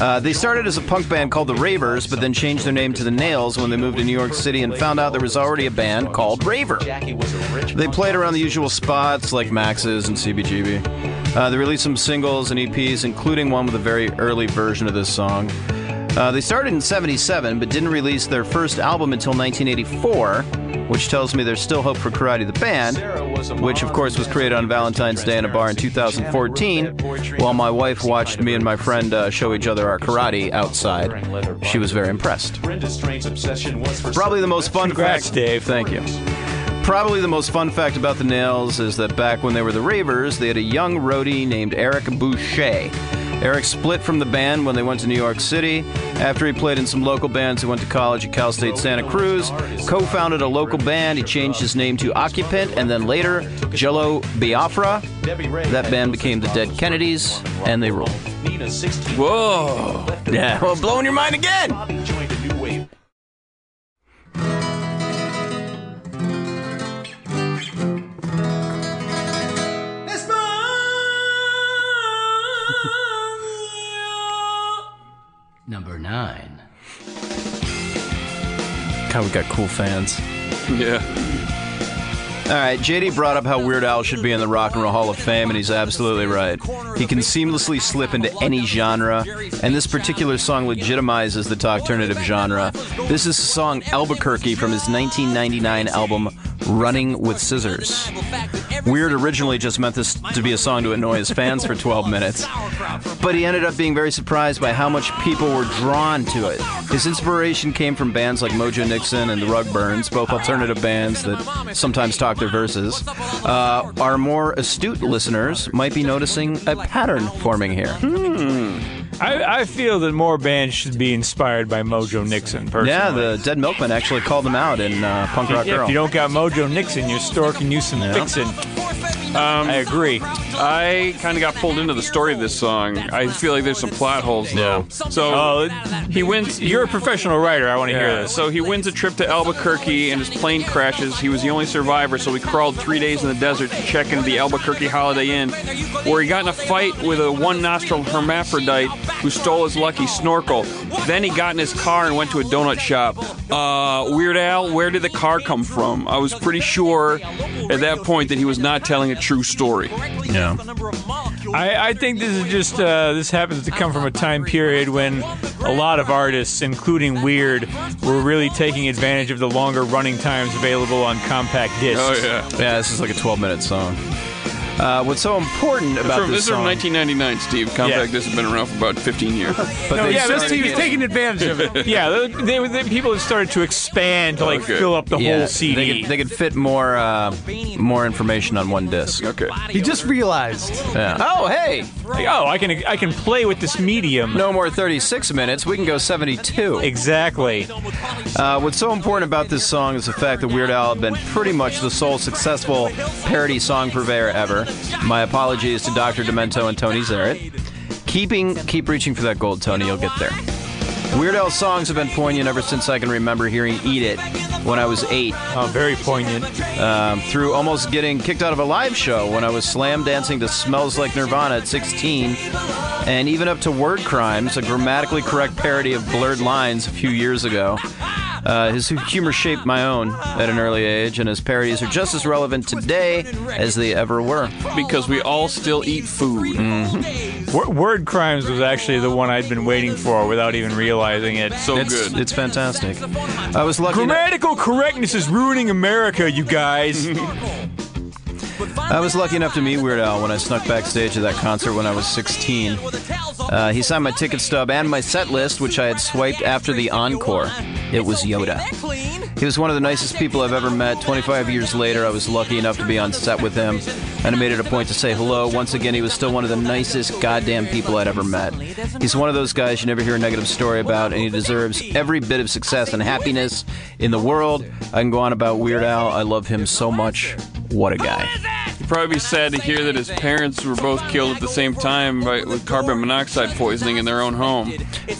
Speaker 2: Uh, they started as a punk band called the Ravers, but then changed their name to the Nails when they moved to New York City and found out there was already a band called Raver. They played around the usual spots like Max's and CBGB. Uh, they released some singles and EPs, including one with a very early version of this song. Uh, they started in 77, but didn't release their first album until 1984, which tells me there's still hope for Karate the Band, which of course was created on Valentine's Day in a bar in 2014, while my wife watched me and my friend uh, show each other our karate outside. She was very impressed. Probably the most fun
Speaker 5: Congrats,
Speaker 2: fact,
Speaker 5: Dave.
Speaker 2: Thank you. Probably the most fun fact about the Nails is that back when they were the Ravers, they had a young roadie named Eric Boucher. Eric split from the band when they went to New York City. After he played in some local bands, he went to college at Cal State Santa Cruz, co founded a local band. He changed his name to Occupant, and then later, Jello Biafra. That band became the Dead Kennedys, and they ruled.
Speaker 4: Whoa!
Speaker 2: Yeah, well, blowing your mind again!
Speaker 7: Number nine.
Speaker 2: God, we got cool fans.
Speaker 4: Yeah.
Speaker 2: All right, JD brought up how Weird Al should be in the Rock and Roll Hall of Fame, and he's absolutely right. He can seamlessly slip into any genre, and this particular song legitimizes the alternative genre. This is the song Albuquerque from his 1999 album Running with Scissors. Weird originally just meant this to be a song to annoy his fans for 12 minutes, but he ended up being very surprised by how much people were drawn to it. His inspiration came from bands like Mojo Nixon and the Rugburns, both alternative bands that sometimes talk their verses. Uh,
Speaker 5: Hmm?
Speaker 2: our more astute listeners might be noticing a pattern forming here.
Speaker 5: I, I feel that more bands should be inspired by Mojo Nixon. Personally.
Speaker 2: Yeah, the Dead Milkmen actually called them out in uh, Punk Rock
Speaker 5: Yeah,
Speaker 2: Girl.
Speaker 5: if you don't got Mojo Nixon, your store can use some fixing.
Speaker 4: Um,
Speaker 5: I agree.
Speaker 4: I kind of got pulled into the story of this song. I feel like there's some plot holes though. So
Speaker 5: Oh,
Speaker 4: he wins.
Speaker 5: You're a professional writer. I want to hear
Speaker 4: Yeah,
Speaker 5: this.
Speaker 4: so he wins a trip to Albuquerque and his plane crashes. He was the only survivor, so he crawled three days in the desert to check into the Albuquerque Holiday Inn, where he got in a fight with a one nostril hermaphrodite who stole his lucky snorkel. Then he got in his car and went to a donut shop. Uh, Weird Al, where did the car come from? I was pretty sure at that point that he was not telling a true story.
Speaker 2: Yeah.
Speaker 5: I, I think this is just uh, this happens to come from a time period when a lot of artists, including Weird, were really taking advantage of the longer running times available on compact discs.
Speaker 2: Oh, Yeah, this is like a 12 minute song. Uh, what's so important about
Speaker 4: From, this
Speaker 2: this
Speaker 4: is from
Speaker 2: song?
Speaker 4: 1999, Steve. Compact
Speaker 5: Yeah.
Speaker 4: This has been around for about 15 years.
Speaker 2: but
Speaker 5: No,
Speaker 2: they-
Speaker 5: yeah,
Speaker 3: Just
Speaker 5: but-
Speaker 3: he was taking advantage of it.
Speaker 5: yeah, they, they, they, people have started to expand to like
Speaker 4: Okay.
Speaker 5: fill up the
Speaker 2: yeah,
Speaker 5: whole CD.
Speaker 2: They could, they could fit more uh, more information on one disc.
Speaker 4: Okay.
Speaker 3: He just realized.
Speaker 2: Yeah. Oh, hey,
Speaker 5: Like, oh, I can I can play with this medium.
Speaker 2: no more 36 minutes. We can go 72.
Speaker 5: Exactly.
Speaker 2: Uh, what's so important about this song is the fact that Weird Al had been pretty much the sole successful parody song purveyor ever. My apologies to Dr. Demento and Tony Zarrett. Keeping, keep reaching for that gold, Tony. You'll get there. Weird Al's songs have been poignant ever since I can remember hearing "Eat It" when I was eight.
Speaker 5: Oh, very poignant.
Speaker 2: um, through almost getting kicked out of a live show when I was slam dancing to Smells Like Nirvana at 16, and even up to Word Crimes, a grammatically correct parody of Blurred Lines a few years ago. Uh, his humor shaped my own at an early age, and his parodies are just as relevant today as they ever were.
Speaker 4: Because we all still eat food.
Speaker 5: Wor- Word Crimes was actually the one I'd been waiting for without even realizing it.
Speaker 4: So
Speaker 2: It's,
Speaker 4: good.
Speaker 2: it's fantastic. I was lucky. eno-
Speaker 5: Grammatical correctness is ruining America, you guys.
Speaker 2: I was lucky enough to meet Weird Al when I snuck backstage at that concert when I was 16. Uh, he signed my ticket stub and my set list, which I had swiped after the encore. It was Yoda. He was one of the nicest people I've ever met. 25 years later, I was lucky enough to be on set with him, and I made it a point to say hello. Once again, he was still one of the nicest goddamn people I'd ever met. He's one of those guys you never hear a negative story about, and he deserves every bit of success and happiness in the world. I can go on about Weird Al. I love him so much. What a guy.
Speaker 4: probably be sad to hear that his parents were both killed at the same time by, with carbon monoxide poisoning in their own home.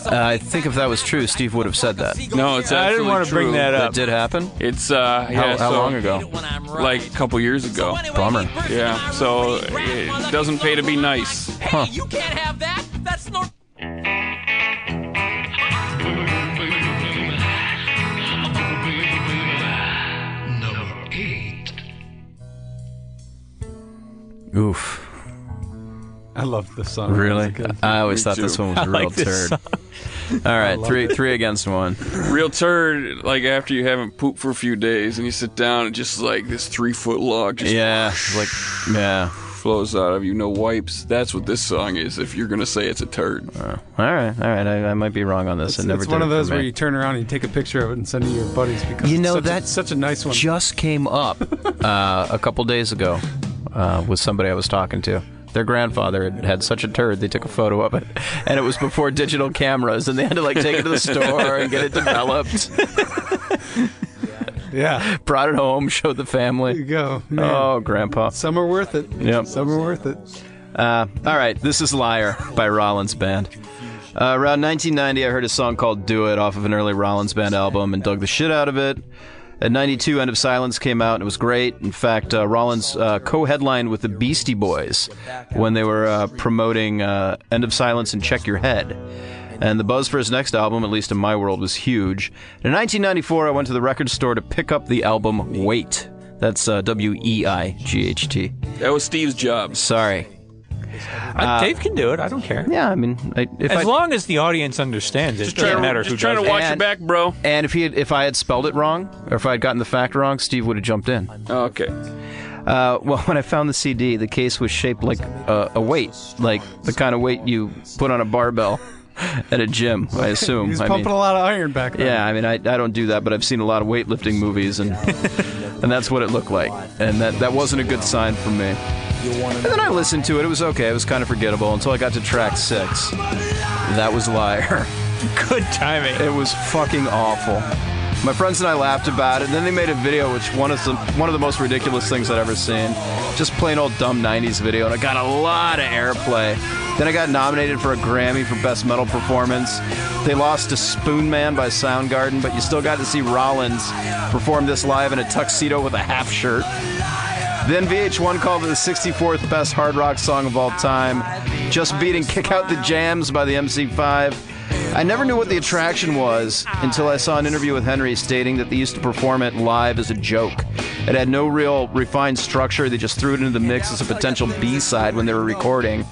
Speaker 2: Uh, I think if that was true, Steve would have said that.
Speaker 4: No, it's
Speaker 5: I didn't
Speaker 4: want
Speaker 5: wanna
Speaker 4: to
Speaker 5: bring that
Speaker 2: That
Speaker 5: up.
Speaker 2: did happen.
Speaker 4: It's uh,
Speaker 2: How,
Speaker 4: yeah,
Speaker 2: how
Speaker 4: so-
Speaker 2: long ago?
Speaker 4: Like a couple years ago.
Speaker 2: Bummer.
Speaker 4: Yeah, so it doesn't pay to be nice.
Speaker 2: Huh.
Speaker 7: You can't have that. That's no.
Speaker 2: Oof.
Speaker 3: I love this song.
Speaker 2: Really? Uh,
Speaker 3: It's good.
Speaker 2: I always thought
Speaker 4: too.
Speaker 2: this one was a real
Speaker 5: like this
Speaker 2: turd. All right, three three against one.
Speaker 4: Real turd, like after you haven't pooped for a few days and you sit down and just like this three foot log just
Speaker 2: Yeah, like yeah.
Speaker 4: flows out of you, no wipes. That's what this song is if you're going to say it's a turd.
Speaker 2: All right, all right. I, I might be wrong on this.
Speaker 3: It's,
Speaker 2: it never
Speaker 3: it's
Speaker 2: did
Speaker 3: one
Speaker 2: it
Speaker 3: of
Speaker 2: for
Speaker 3: those
Speaker 2: me.
Speaker 3: where you turn around and you take a picture of it and send it to your buddies because
Speaker 2: You
Speaker 3: it's
Speaker 2: know,
Speaker 3: such
Speaker 2: that
Speaker 3: a, such a nice one.
Speaker 2: just came up uh, a couple days ago uh, with somebody I was talking to. Their grandfather had, had such a turd, they took a photo of it. And it was before digital cameras, and they had to like take it to the store and get it developed.
Speaker 3: yeah,
Speaker 2: Brought it home, showed the
Speaker 3: there you
Speaker 2: family.
Speaker 3: go. Man.
Speaker 2: Oh, grandpa.
Speaker 3: Some are worth it.
Speaker 2: Yep.
Speaker 3: Some are worth it.
Speaker 2: Uh, all right, this is Liar by Rollins Band. Uh, around 1990, I heard a song called Do It off of an early Rollins Band album and dug the shit out of it. At 92, End of Silence came out and it was great. In fact, uh, Rollins uh, co headlined with the Beastie Boys when they were uh, promoting uh, End of Silence and Check Your Head. And the buzz for his next album, at least in my world, was huge. In 1994, I went to the record store to pick up the album Wait. That's uh, W E I G H T.
Speaker 4: That was Steve's job.
Speaker 2: Sorry.
Speaker 5: Dave can do it. I don't care.
Speaker 2: Yeah, I mean, I, if I,
Speaker 5: As long as the audience understands it, it
Speaker 4: Trying
Speaker 5: doesn't
Speaker 4: to-
Speaker 5: matter
Speaker 4: just
Speaker 5: who
Speaker 4: trying
Speaker 5: does
Speaker 4: to
Speaker 5: it.
Speaker 4: watch your
Speaker 2: And-
Speaker 4: back, bro.
Speaker 2: and if he had, if I had spelled it wrong or if I had gotten the fact wrong, Steve would have jumped in.
Speaker 4: Okay.
Speaker 2: Uh, well, when I found the CD, the case was shaped like a, a weight, like the kind of weight you put on a barbell at a gym. I assume.
Speaker 3: He's
Speaker 2: I
Speaker 3: pumping
Speaker 2: mean,
Speaker 3: a lot of iron back there.
Speaker 2: yeah, I mean, I, I don't do that, but I've seen a lot of weightlifting movies, and and that's what it looked like. And that, that wasn't a good sign for me. And then I listened to it. It was okay. It was kind of forgettable until I got to track six. That was Liar.
Speaker 5: Good timing.
Speaker 2: It was fucking awful. My friends and I laughed about it. And then they made a video, which one of the one of the most ridiculous things I'd ever seen. Just plain old dumb '90s video, and it got a lot of airplay. Then I got nominated for a Grammy for Best Metal Performance. They lost to Spoon Man by Soundgarden, but you still got to see Rollins perform this live in a tuxedo with a half shirt. Then VH1 called it the 64th best hard rock song of all time, just beating Kick Out the Jams by the MC5. I never knew what the attraction was until I saw an interview with Henry stating that they used to perform it live as a joke. It had no real refined structure, they just threw it into the mix as a potential B side when they were recording.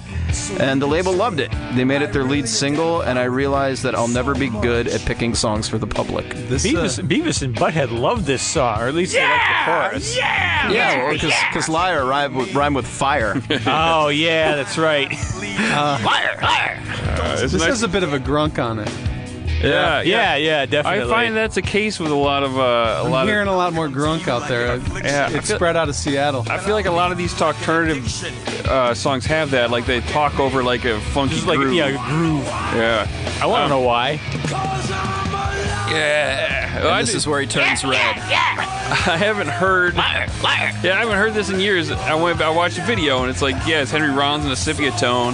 Speaker 2: And the label loved it. They made it their lead single, and I realized that I'll never be good at picking songs for the public.
Speaker 3: This, uh,
Speaker 5: Beavis, Beavis and Butthead loved this song, or at least they liked the chorus.
Speaker 2: Yeah, because Liar rhymed with, rhymed with fire.
Speaker 5: Oh yeah, that's right.
Speaker 4: Uh, it's
Speaker 3: this
Speaker 4: nice-
Speaker 3: has a bit of a grunk on it.
Speaker 4: yeah,
Speaker 5: Uh, Yeah, yeah,
Speaker 4: I
Speaker 5: definitely.
Speaker 4: find that's a case with a lot of uh, a
Speaker 3: I'm
Speaker 4: lot
Speaker 3: hearing
Speaker 4: of.
Speaker 3: a lot more grunk out there.
Speaker 4: Yeah, I
Speaker 3: It's, it's
Speaker 4: feel-
Speaker 3: spread out of Seattle.
Speaker 4: I feel like a lot of these alternative uh, songs have that. Like they talk over like a funky
Speaker 5: Just like
Speaker 4: groove.
Speaker 5: yeah, groove.
Speaker 4: yeah.
Speaker 5: I want to know why.
Speaker 4: Yeah. I,
Speaker 2: And this
Speaker 4: d-
Speaker 2: is where he turns red.
Speaker 4: I haven't heard. Yeah, I haven't heard this in years. I went. I watched a video and it's like, yeah, it's Henry Rollins in a sepia tone,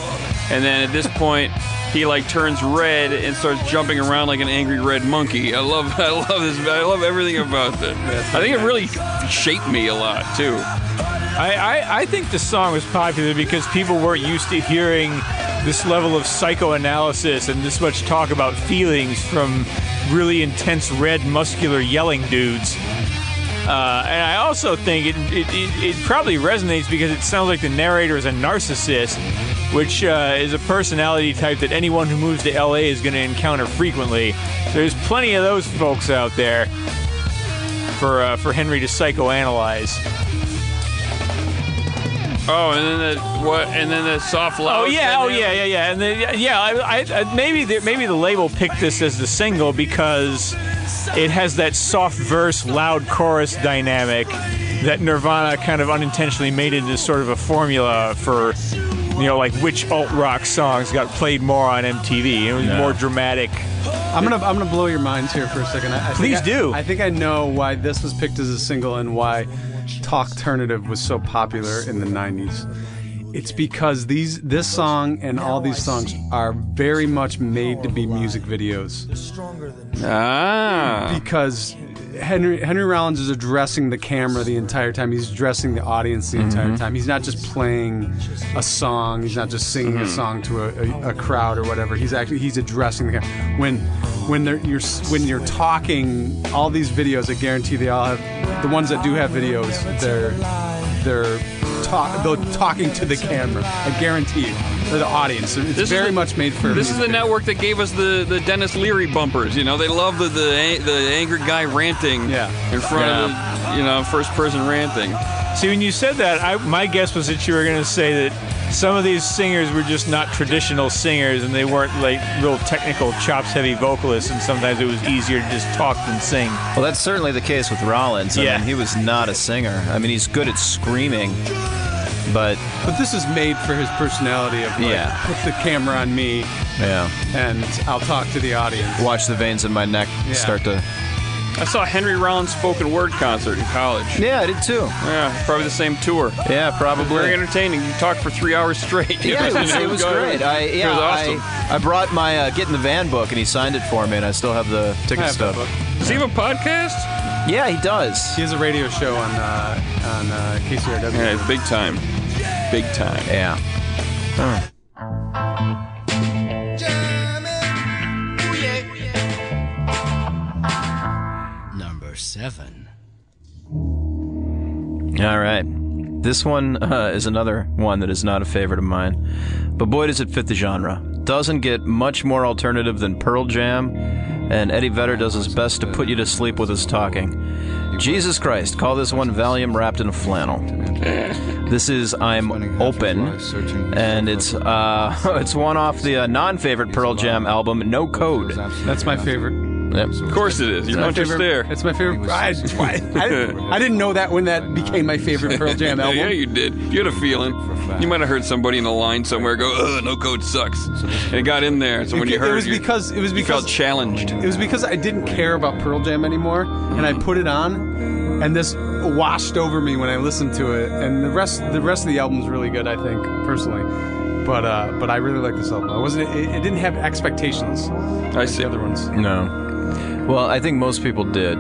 Speaker 4: and then at this point. He like turns red and starts jumping around like an angry red monkey. I love, I love this. I love everything about this. I think it really shaped me a lot too.
Speaker 5: I, I, I think the song was popular because people weren't used to hearing this level of psychoanalysis and this much talk about feelings from really intense, red, muscular, yelling dudes. Uh, and I also think it, it, it, it probably resonates because it sounds like the narrator is a narcissist, which uh, is a personality type that anyone who moves to LA is going to encounter frequently. There's plenty of those folks out there for, uh, for Henry to psychoanalyze.
Speaker 4: Oh, and then the what? And then the soft loud.
Speaker 5: Oh yeah,
Speaker 4: thing
Speaker 5: oh
Speaker 4: there?
Speaker 5: yeah, yeah, yeah, and then, yeah. I, I, I, maybe the, maybe the label picked this as the single because it has that soft verse, loud chorus dynamic that Nirvana kind of unintentionally made into sort of a formula for. You know, like which alt rock songs got played more on MTV? It was more dramatic.
Speaker 3: I'm gonna I'm gonna blow your minds here for a second. I, I think
Speaker 5: Please
Speaker 3: I-
Speaker 5: do.
Speaker 3: I think I know why this was picked as a single and why Talkternative was so popular in the '90s. It's because these this song and all these songs are very much made to be music videos
Speaker 4: Ah.
Speaker 3: because Henry Henry Rollins is addressing the camera the entire time. He's addressing the audience the
Speaker 4: Mm-hmm.
Speaker 3: entire time. He's not just playing a song. He's not just singing
Speaker 4: Mm-hmm.
Speaker 3: a song to a, a, a crowd or whatever. He's actually he's addressing the camera. When when they're, you're s- when you're talking, all these videos, I guarantee they all have the ones that do have videos. They're they're talk they're talking to the camera. I guarantee you, or the audience. It's
Speaker 4: This is
Speaker 3: very
Speaker 4: the-
Speaker 3: much made for.
Speaker 4: This is the
Speaker 3: music.
Speaker 4: network that gave us the, the Dennis Leary bumpers. You know, they love the the, the angry guy ranting
Speaker 3: Yeah.
Speaker 4: in front of the you know first person ranting.
Speaker 5: See, when you said that, I, my guess was that you were going to say that some of these singers were just not traditional singers and they weren't like real technical, chops heavy vocalists, and sometimes it was easier to just talk than sing.
Speaker 2: Well, that's certainly the case with Rollins. I
Speaker 5: Yeah.
Speaker 2: mean, he was not a singer. I mean, he's good at screaming, but
Speaker 3: But this is made for his personality of like,
Speaker 2: Yeah.
Speaker 3: put the camera on me
Speaker 2: yeah,
Speaker 3: and I'll talk to the audience.
Speaker 2: watch the veins in my neck
Speaker 3: Yeah.
Speaker 2: start to.
Speaker 4: I saw a Henry Rollins spoken word concert in college.
Speaker 2: Yeah, I did too.
Speaker 4: Yeah, probably the same tour.
Speaker 2: Yeah,
Speaker 4: Very
Speaker 2: probably.
Speaker 4: entertaining. You talked for three hours straight.
Speaker 2: Yeah, it was, it was great. I, yeah,
Speaker 4: it was awesome.
Speaker 2: I, I brought my uh, Get in the Van book and he signed it for me, and I still have the
Speaker 3: I
Speaker 2: ticket
Speaker 3: have that
Speaker 2: stub.
Speaker 3: book.
Speaker 4: Does he have a podcast?
Speaker 2: Yeah, he does.
Speaker 3: He has a radio show on uh, on uh, KCRW.
Speaker 4: Yeah, big time. Big time.
Speaker 2: Yeah.
Speaker 8: Number seven.
Speaker 2: All right. This one uh, is another one that is not a favorite of mine, but boy, does it fit the genre. Doesn't get much more alternative than Pearl Jam, and Eddie Vedder does his best to put you to sleep with his talking. Jesus Christ, call this one Valium wrapped in a flannel. This is I'm Open, and it's uh, it's one off the uh, non-favorite Pearl Jam album, No Code.
Speaker 3: That's my favorite.
Speaker 2: Yep.
Speaker 4: Of course it is. You're
Speaker 3: My
Speaker 4: not just
Speaker 3: favorite-
Speaker 4: there.
Speaker 3: It's my favorite. I, I, I didn't know that when that became my favorite Pearl Jam album.
Speaker 4: Yeah, you did. You had a feeling. You might have heard somebody in a line somewhere go, "Ugh, no code sucks," and it got in there. So when you
Speaker 3: It
Speaker 4: heard,
Speaker 3: was
Speaker 4: you-
Speaker 3: because- it was
Speaker 4: you felt
Speaker 3: because-
Speaker 4: challenged.
Speaker 3: It was because I didn't care about Pearl Jam anymore, and I
Speaker 4: Mm-hmm.
Speaker 3: put it on, and this washed over me when I listened to it. And the rest, the rest of the album's really good, I think personally. But uh, but I really like this album. I wasn't. It, it didn't have expectations.
Speaker 4: I see.
Speaker 3: The other ones.
Speaker 2: No. Well, I think most people did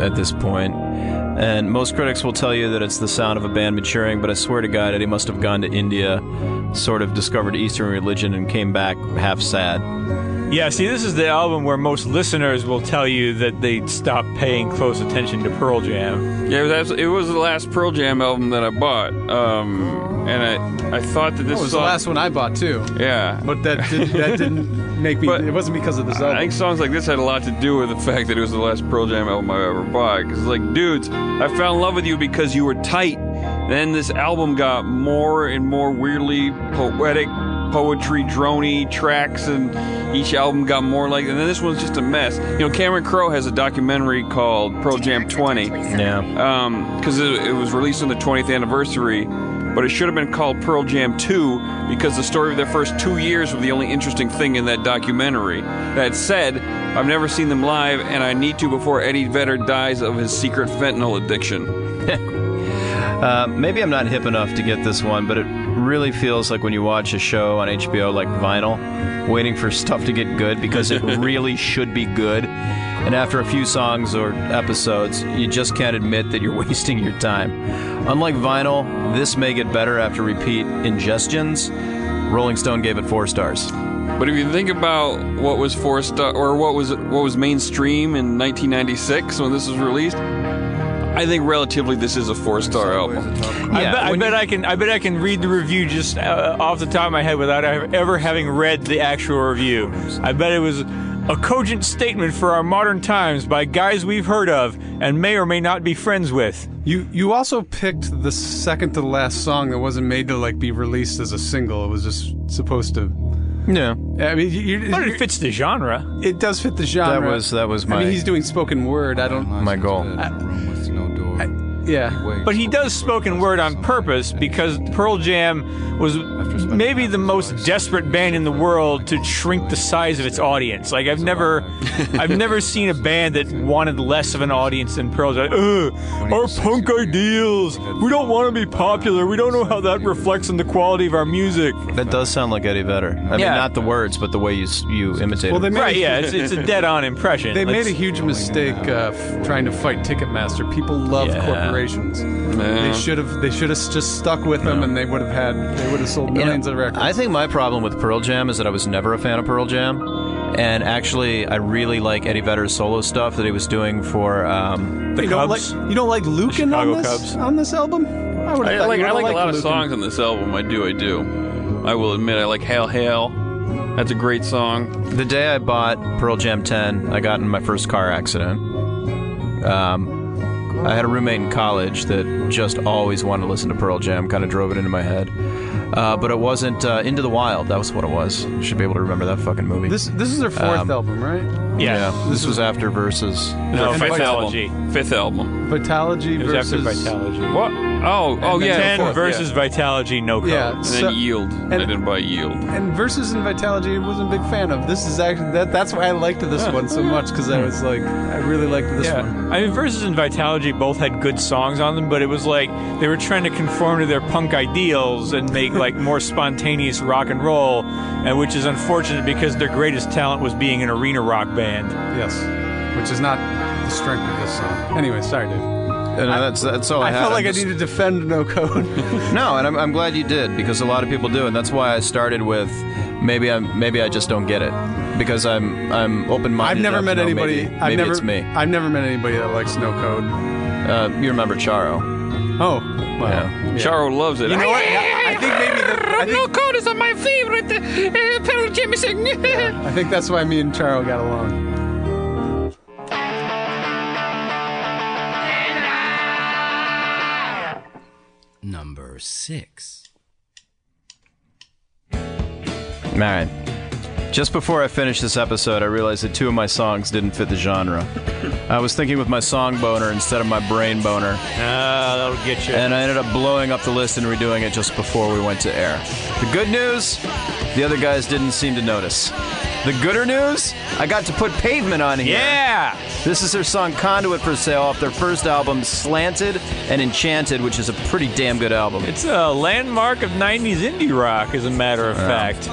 Speaker 2: at this point. And most critics will tell you that it's the sound of a band maturing, but I swear to God, Eddie must have gone to India, sort of discovered Eastern religion, and came back half sad.
Speaker 5: Yeah, see, this is the album where most listeners will tell you that they stopped paying close attention to Pearl Jam.
Speaker 4: Yeah, it was, abs- it was the last Pearl Jam album that I bought, um, and I I thought that this
Speaker 3: It was the
Speaker 4: song,
Speaker 3: last one I bought too.
Speaker 4: Yeah,
Speaker 3: But that did, that didn't make me.
Speaker 4: But-
Speaker 3: it wasn't because of this
Speaker 4: I
Speaker 3: album.
Speaker 4: think songs like this had a lot to do with the fact that it was the last Pearl Jam album I ever bought. Because, like, dudes, I fell in love with you because you were tight. Then this album got more and more weirdly poetic, poetry, drony tracks, and each album got more like. And then this one's just a mess. You know, Cameron Crowe has a documentary called Pearl Jam 20
Speaker 2: Yeah.
Speaker 4: because Um, it, it was released on the 20th anniversary, but it should have been called Pearl Jam 2 because the story of their first two years was the only interesting thing in that documentary. That said, I've never seen them live, and I need to before Eddie Vedder dies of his secret fentanyl addiction.
Speaker 2: Uh, maybe I'm not hip enough to get this one, but it really feels like when you watch a show on HBO like Vinyl, waiting for stuff to get good because it really should be good. And after a few songs or episodes, you just can't admit that you're wasting your time. Unlike Vinyl, this may get better after repeat ingestions. Rolling Stone gave it four stars.
Speaker 4: But if you think about what was forced uh, or what was what was mainstream in 1996 when this was released, I think relatively this is a four-star album.
Speaker 5: I
Speaker 2: Yeah,
Speaker 5: bet, I,
Speaker 2: when
Speaker 5: bet I can. I bet I can read the review just uh, off the top of my head without ever having read the actual review. I bet it was a cogent statement for our modern times by guys we've heard of and may or may not be friends with.
Speaker 3: You you also picked the second to last song that wasn't made to like be released as a single. It was just supposed to.
Speaker 2: Yeah.
Speaker 3: I mean, you, you,
Speaker 5: But it fits the genre.
Speaker 3: It does fit the genre.
Speaker 2: That was- that was
Speaker 3: I
Speaker 2: my-
Speaker 3: mean, he's doing spoken word. I don't.
Speaker 2: My goal.
Speaker 3: Yeah.
Speaker 5: But he does spoken word on purpose because Pearl Jam was maybe the most desperate band in the world to shrink the size of its audience. Like I've never, I've never seen a band that wanted less of an audience than Pearl Jam. Ugh, our punk ideals. We don't want to be popular. We don't know how that reflects on the quality of our music.
Speaker 2: That does sound like Eddie Vedder. I mean,
Speaker 5: Yeah.
Speaker 2: not the words, but the way you s- you imitate
Speaker 3: Well, they made.
Speaker 5: Right? Yeah, it's, it's a dead-on impression.
Speaker 3: They made
Speaker 5: Let's-
Speaker 3: a huge mistake uh, f- trying to fight Ticketmaster. People love
Speaker 5: Yeah.
Speaker 3: corporations. They should have. They should have just stuck with them, and they would have had. They would have sold
Speaker 2: You know,
Speaker 3: millions of records.
Speaker 2: I think my problem with Pearl Jam is that I was never a fan of Pearl Jam, and actually, I really like Eddie Vedder's solo stuff that he was doing for. Um,
Speaker 5: the
Speaker 3: you don't
Speaker 5: Cubs.
Speaker 3: like. You don't like Lucan on
Speaker 5: Chicago
Speaker 3: this
Speaker 5: Cubs.
Speaker 3: on this album. I would.
Speaker 4: I like, I like a lot of
Speaker 3: Lucan.
Speaker 4: songs on this album. I do, I do. I will admit, I like Hail Hail. That's a great song.
Speaker 2: the day I bought Pearl Jam 10, I got in my first car accident. Um, I had a roommate in college that just always wanted to listen to Pearl Jam, kind of drove it into my head. Uh, but it wasn't uh, Into the Wild. That was what it was. You should be able to remember that fucking movie.
Speaker 3: This this is their fourth
Speaker 2: Um,
Speaker 3: album, right?
Speaker 5: yeah.
Speaker 2: yeah, this was after Versus.
Speaker 5: No,
Speaker 4: Their fifth
Speaker 5: Vitalogy.
Speaker 4: album. Fifth album.
Speaker 3: Vitalogy
Speaker 5: It was
Speaker 3: versus
Speaker 5: after Vitalogy.
Speaker 4: What? Oh, oh yeah.
Speaker 5: Ten
Speaker 4: fourth,
Speaker 5: versus
Speaker 4: yeah.
Speaker 5: Vitalogy, no code.
Speaker 3: Yeah.
Speaker 4: And then
Speaker 3: so-
Speaker 4: Yield. I didn't buy Yield.
Speaker 3: and verses and vitality I wasn't a big fan of. This is actually that that's why I liked this one so much because I was like I really liked this
Speaker 5: Yeah,
Speaker 3: one.
Speaker 5: I mean, Versus and Vitalogy both had good songs on them, but it was like they were trying to conform to their punk ideals and make like more spontaneous rock and roll, and which is unfortunate because their greatest talent was being an arena rock band.
Speaker 3: Yes, which is not the strength of this song. Anyway, sorry, Dave.
Speaker 2: And that's, that's all I,
Speaker 3: I
Speaker 2: had.
Speaker 3: felt
Speaker 2: I'm
Speaker 3: like I
Speaker 2: just-
Speaker 3: need to defend No Code.
Speaker 2: No, and I'm, I'm glad you did because a lot of people do, and that's why I started with maybe I maybe I just don't get it because I'm I'm open minded.
Speaker 3: I've never met anybody.
Speaker 2: Maybe,
Speaker 3: I've
Speaker 2: maybe
Speaker 3: never.
Speaker 2: it's me.
Speaker 3: I've never met anybody that likes No Code.
Speaker 2: Uh, you remember Charo?
Speaker 3: Oh, wow.
Speaker 2: Yeah.
Speaker 4: Charo loves it.
Speaker 3: You know what? I think maybe that, I think
Speaker 4: Code is my favorite uh, Pearl Jam song.
Speaker 3: I think that's why me and Charo got along.
Speaker 8: Number six.
Speaker 2: All right. Just before I finished this episode, I realized that two of my songs didn't fit the genre. I was thinking with my song boner instead of my brain boner,
Speaker 5: Ah, that'll get you.
Speaker 2: and I ended up blowing up the list and redoing it just before we went to air. The good news the other guys didn't seem to notice. The gooder news I got to put pavement on here.
Speaker 5: yeah.
Speaker 2: This is their song Conduit for Sale off their first album, Slanted and Enchanted, which is a pretty damn good album.
Speaker 5: It's a landmark of 90s indie rock, as a matter of fact.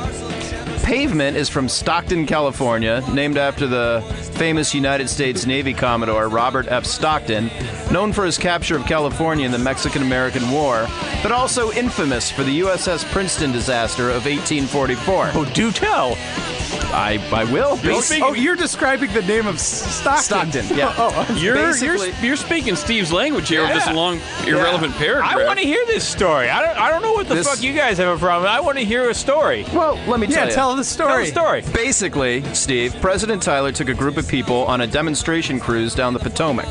Speaker 2: Pavement is from Stockton, California, named after the famous United States Navy Commodore Robert F. Stockton, known for his capture of California in the Mexican American War, but also infamous for the USS Princeton disaster of 1844.
Speaker 5: Oh, do tell.
Speaker 2: I, I will. Basi-
Speaker 3: Oh, you're describing the name of S- Stockton.
Speaker 2: Stockton, yeah.
Speaker 3: Oh,
Speaker 4: You're, you're
Speaker 2: Basically-
Speaker 4: you're speaking Steve's language here with
Speaker 5: Yeah.
Speaker 4: this long irrelevant paragraph.
Speaker 5: I want to hear this story. I don't, I don't know what the
Speaker 2: This-
Speaker 5: fuck you guys have a problem. with. I want to hear a story.
Speaker 2: Well, let me
Speaker 3: yeah,
Speaker 2: tell you.
Speaker 3: tell the
Speaker 5: Tell
Speaker 3: story.
Speaker 5: a story.
Speaker 2: Basically, Steve, President Tyler took a group of people on a demonstration cruise down the Potomac.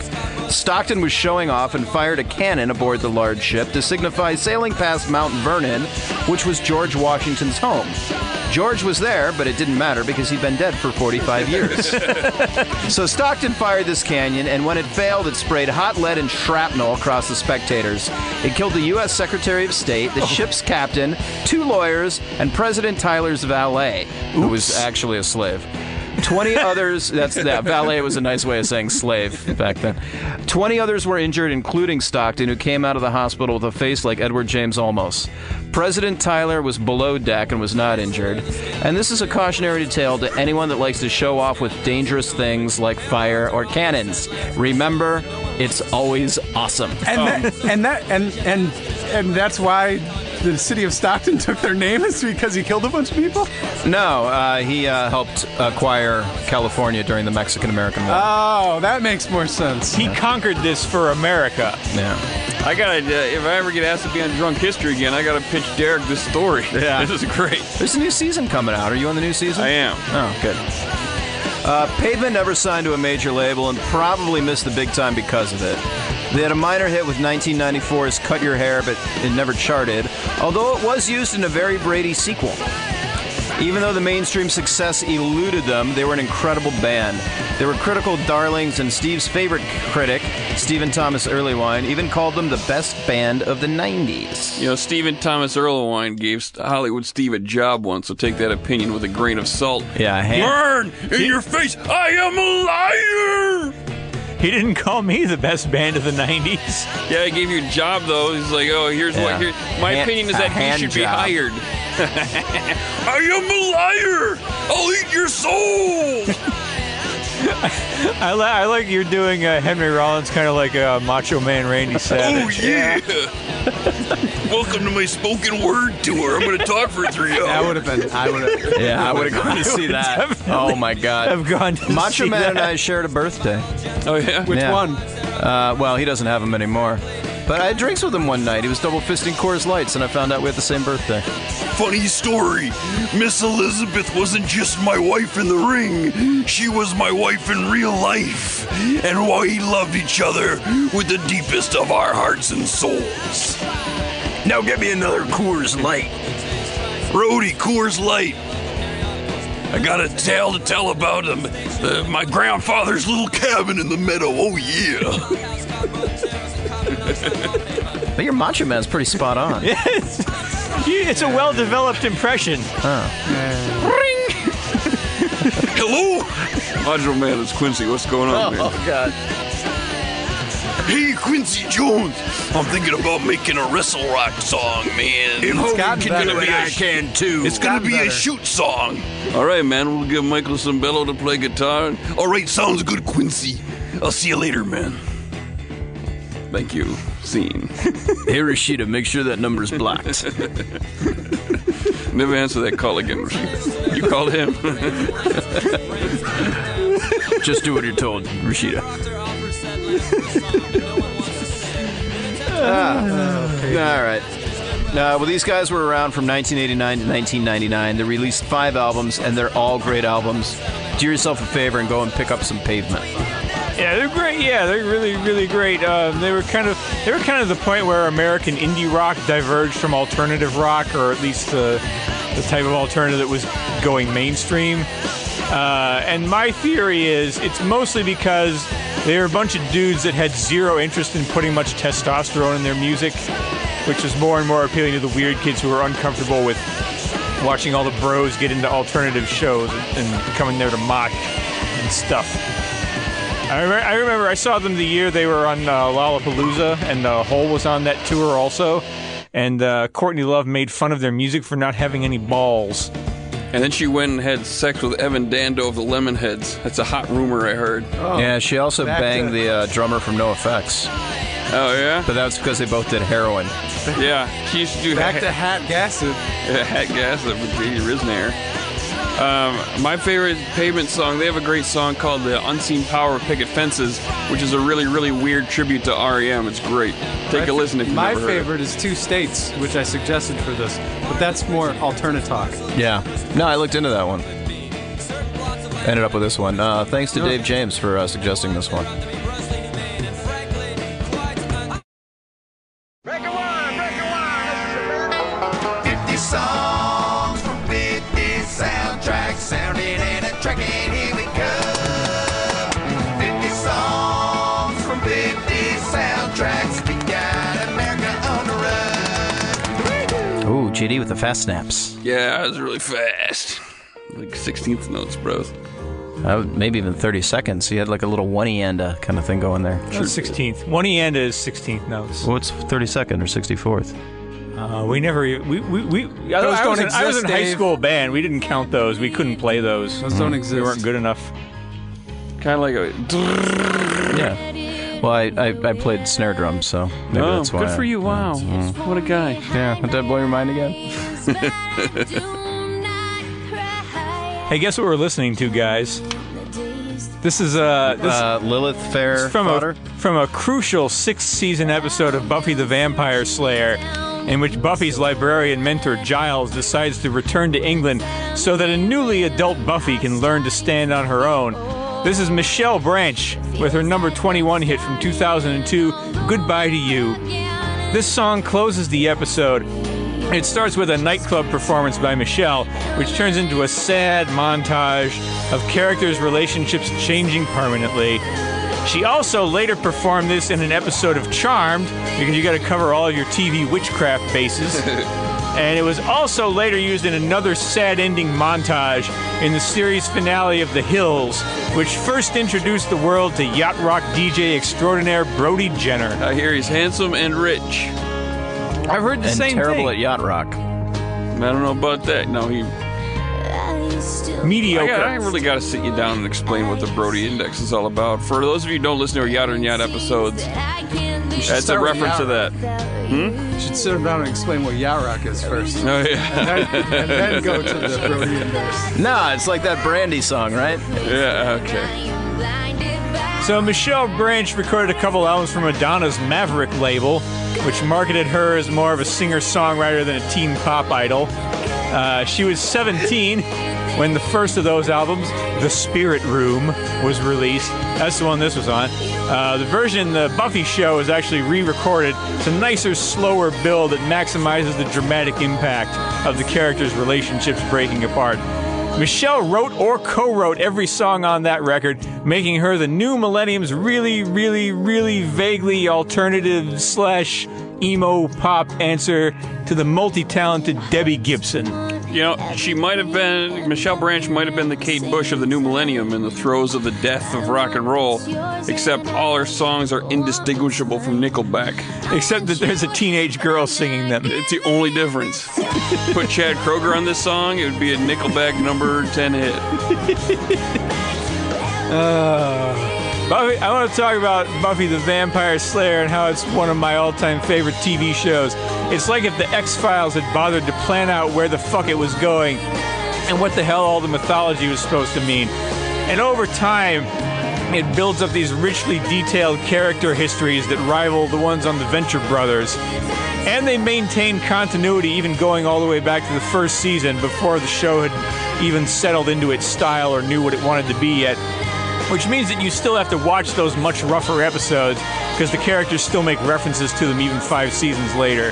Speaker 2: Stockton was showing off and fired a cannon aboard the large ship to signify sailing past Mount Vernon, which was George Washington's home. George was there, but it didn't matter because he'd been dead for 45 years. So Stockton fired this canyon, and when it failed, it sprayed hot lead and shrapnel across the spectators. It killed the U.S. Secretary of State, the ship's captain, two lawyers, and President Tyler's valet, who was actually a slave. 20 others, that's that. Valet was a nice way of saying slave back then. 20 others were injured, including Stockton, who came out of the hospital with a face like Edward James Olmos. President Tyler was below deck and was not injured. And this is a cautionary tale to anyone that likes to show off with dangerous things like fire or cannons. Remember, it's always awesome.
Speaker 3: And that, and that and and and that's why the city of Stockton took their name is because he killed a bunch of people.
Speaker 2: No, uh, he uh, helped acquire California during the Mexican American War.
Speaker 3: Oh, that makes more sense.
Speaker 5: He conquered this for America.
Speaker 2: yeah.
Speaker 4: I gotta. Uh, if I ever get asked to be on Drunk History again, I gotta pitch Derek this story.
Speaker 2: Yeah.
Speaker 4: this is great.
Speaker 2: There's a new season coming out. Are you on the new season?
Speaker 4: I am.
Speaker 2: Oh, good. Uh, Pavement never signed to a major label and probably missed the big time because of it. They had a minor hit with 1994's Cut Your Hair, but it never charted, although it was used in a very Brady sequel. Even though the mainstream success eluded them, they were an incredible band. They were critical darlings, and Steve's favorite critic, Stephen Thomas Earlywine, even called them the best band of the 90s.
Speaker 4: You know, Stephen Thomas Erlewine gave St- Hollywood Steve a job once, so take that opinion with a grain of salt.
Speaker 2: Yeah, hand-
Speaker 4: Learn in your face, I am a liar.
Speaker 5: He didn't call me the best band of the 90s.
Speaker 4: Yeah, I gave you a job though. He's like, oh, here's
Speaker 2: Yeah.
Speaker 4: what. Here, my
Speaker 2: Hand-
Speaker 4: opinion is
Speaker 2: a
Speaker 4: that he
Speaker 2: hand
Speaker 4: should be
Speaker 2: job.
Speaker 4: hired. I am a liar. I'll eat your soul.
Speaker 5: I, li- I like you're doing uh, Henry Rollins kind of like uh, Macho Man Randy Savage.
Speaker 4: yeah. Oh, Welcome to my spoken word tour. I'm going to talk for three hours.
Speaker 3: That would have been. I would have.
Speaker 2: Yeah, I would have gone to see that. Oh my God.
Speaker 5: I've gone to
Speaker 2: Macho
Speaker 5: see
Speaker 2: Man
Speaker 5: that.
Speaker 2: and I shared a birthday.
Speaker 4: Oh yeah.
Speaker 3: Which
Speaker 2: Yeah.
Speaker 3: one?
Speaker 2: Uh, well, he doesn't have them anymore. But I had drinks with him one night. He was double fisting Coors Lights, and I found out we had the same birthday.
Speaker 8: Funny story. Miss Elizabeth wasn't just my wife in the ring, she was my wife in real life. And we loved each other with the deepest of our hearts and souls. Now get me another Coors Light. Rody, Coors Light. I got a tale to tell about um, uh, my grandfather's little cabin in the meadow. Oh, yeah.
Speaker 2: But your Macho Man's pretty spot on.
Speaker 5: You- it's a well-developed impression.
Speaker 8: Hello?
Speaker 4: Macho Man, it's Quincy. What's going on, man?
Speaker 2: Oh, God.
Speaker 8: Hey, Quincy Jones. I'm thinking about making a wrestle rock song, man. In Hogan
Speaker 3: gotten
Speaker 8: can
Speaker 3: better.
Speaker 8: do it, I can too. It's gonna be a shoot song.
Speaker 4: All right, man. We'll give Michael Cimbello to play guitar.
Speaker 8: All right, sounds good, Quincy. I'll see you later, man.
Speaker 4: Thank you. Scene.
Speaker 2: Hiroshita, make sure that number's blocked.
Speaker 4: Never answer that call again. You called him.
Speaker 2: Just do what you're told, Rashida. Ah, All right. Uh, well, these guys were around from 1989 to 1999. They released five albums, and they're all great albums. Do yourself a favor and go and pick up some pavement.
Speaker 5: Yeah, they're great. Yeah, they're really, really great. Um, they were kind of, they were kind of the point where American indie rock diverged from alternative rock, or at least uh, the type of alternative that was going mainstream. Uh, and my theory is it's mostly because they were a bunch of dudes that had zero interest in putting much testosterone in their music, which is more and more appealing to the weird kids who are uncomfortable with watching all the bros get into alternative shows and coming there to mosh and stuff. I remember, I remember I saw them the year they were on uh, Lollapalooza, and uh, Hole was on that tour also. And uh, Courtney Love made fun of their music for not having any balls.
Speaker 4: And then she went and had sex with Evan Dando of the Lemonheads. That's a hot rumor I heard. Oh,
Speaker 2: yeah, she also
Speaker 3: back to-
Speaker 2: banged the uh, drummer from No Effects,
Speaker 4: yeah?
Speaker 2: but that was because they both did heroin.
Speaker 4: Yeah. She used to do
Speaker 3: Back
Speaker 4: ha-
Speaker 3: to Hat Gasset.
Speaker 4: Hat Gas with JD Risner. Um, my favorite pavement song, they have a great song called The Unseen Power of Picket Fences, which is a really, really weird tribute to REM. It's great. Take a listen if you've
Speaker 3: My
Speaker 4: never heard
Speaker 3: favorite is Two States, which I suggested for this, but that's more alternative talk.
Speaker 2: Yeah. No, I looked into that one. Ended up with this one. Uh, thanks to
Speaker 3: Yeah.
Speaker 2: Dave James for uh, suggesting this one. Ooh, GD with the fast snaps.
Speaker 4: of it. Yeah, it was really fast. Like 16th notes, bros.
Speaker 2: Uh, maybe even 30 seconds. He had like a little one enda kind of thing going there.
Speaker 5: Sixteenth, one e and is sixteenth notes.
Speaker 2: What's 32nd or 64th?
Speaker 5: Uh, we never, e- we we, we I,
Speaker 3: Those
Speaker 5: I was
Speaker 3: don't
Speaker 5: in, I was
Speaker 3: exist,
Speaker 5: in high
Speaker 3: Dave.
Speaker 5: school band. We didn't count those. We couldn't play those.
Speaker 2: Mm.
Speaker 3: Those don't
Speaker 5: We
Speaker 3: exist.
Speaker 5: weren't good enough.
Speaker 4: Kind of like a.
Speaker 2: Yeah. Well, I, I, I played snare drum, so maybe
Speaker 4: Oh,
Speaker 2: that's why.
Speaker 4: good for
Speaker 2: I-
Speaker 4: you. Wow. What a guy.
Speaker 2: Yeah. Did that blow your mind again?
Speaker 5: Hey, guess what we're listening to, guys? This is uh, this
Speaker 2: Uh, Lilith Fair
Speaker 5: from
Speaker 2: Fodder.
Speaker 5: a, from a crucial sixth season episode of Buffy the Vampire Slayer, in which Buffy's librarian mentor Giles decides to return to England so that a newly adult Buffy can learn to stand on her own. This is Michelle Branch with her number 21 hit from 2002, Goodbye to You. This song closes the episode. It starts with a nightclub performance by Michelle, which turns into a sad montage of characters' relationships changing permanently. She also later performed this in an episode of Charmed, because you got to cover all of your TV witchcraft bases. and it was also later used in another sad ending montage in the series finale of The Hills, which first introduced the world to yacht rock DJ extraordinaire Brody Jenner.
Speaker 4: I hear he's handsome and rich.
Speaker 5: I've heard the
Speaker 2: and
Speaker 5: same
Speaker 2: terrible
Speaker 5: thing.
Speaker 2: at yacht rock.
Speaker 4: I don't know about that. No, he. I,
Speaker 5: Mediocre.
Speaker 4: got, I really got to sit you down and explain what the Brody Index is all about. For those of you who don't listen to our Yatter and Yacht episodes, that's Hmm? a
Speaker 3: start with
Speaker 4: reference to that.
Speaker 3: Yacht. Should sit him down and explain what Yacht Rock is first,
Speaker 4: Oh, yeah.
Speaker 3: and, and then go to the Brody Index.
Speaker 2: Nah, it's like that Brandy song, right?
Speaker 4: Yeah, okay.
Speaker 5: So Michelle Branch recorded a couple albums for Madonna's Maverick label, which marketed her as more of a singer-songwriter than a teen pop idol. Uh, she was 17 when the first of those albums, The Spirit Room, was released. That's the one this was on. Uh, the version the Buffy show is actually re-recorded. It's a nicer, slower build that maximizes the dramatic impact of the characters' relationships breaking apart. Michelle wrote or co wrote every song on that record, making her the new millennium's really, really, really vaguely alternative slash emo pop answer to the multi talented Debbie Gibson.
Speaker 4: You know, she might have been, Michelle Branch might have been the Kate Bush of the new millennium in the throes of the death of rock and roll, except all her songs are indistinguishable from Nickelback.
Speaker 5: Except that there's a teenage girl singing them.
Speaker 4: It's the only difference. Put Chad Kroger on this song, it would be a Nickelback number 10 hit.
Speaker 5: Uh, Buffy, I want to talk about Buffy the Vampire Slayer and how it's one of my all time favorite TV shows. It's like if the X Files had bothered to plan out where the fuck it was going and what the hell all the mythology was supposed to mean. And over time, it builds up these richly detailed character histories that rival the ones on the Venture Brothers. And they maintain continuity even going all the way back to the first season before the show had even settled into its style or knew what it wanted to be yet. Which means that you still have to watch those much rougher episodes because the characters still make references to them even five seasons later.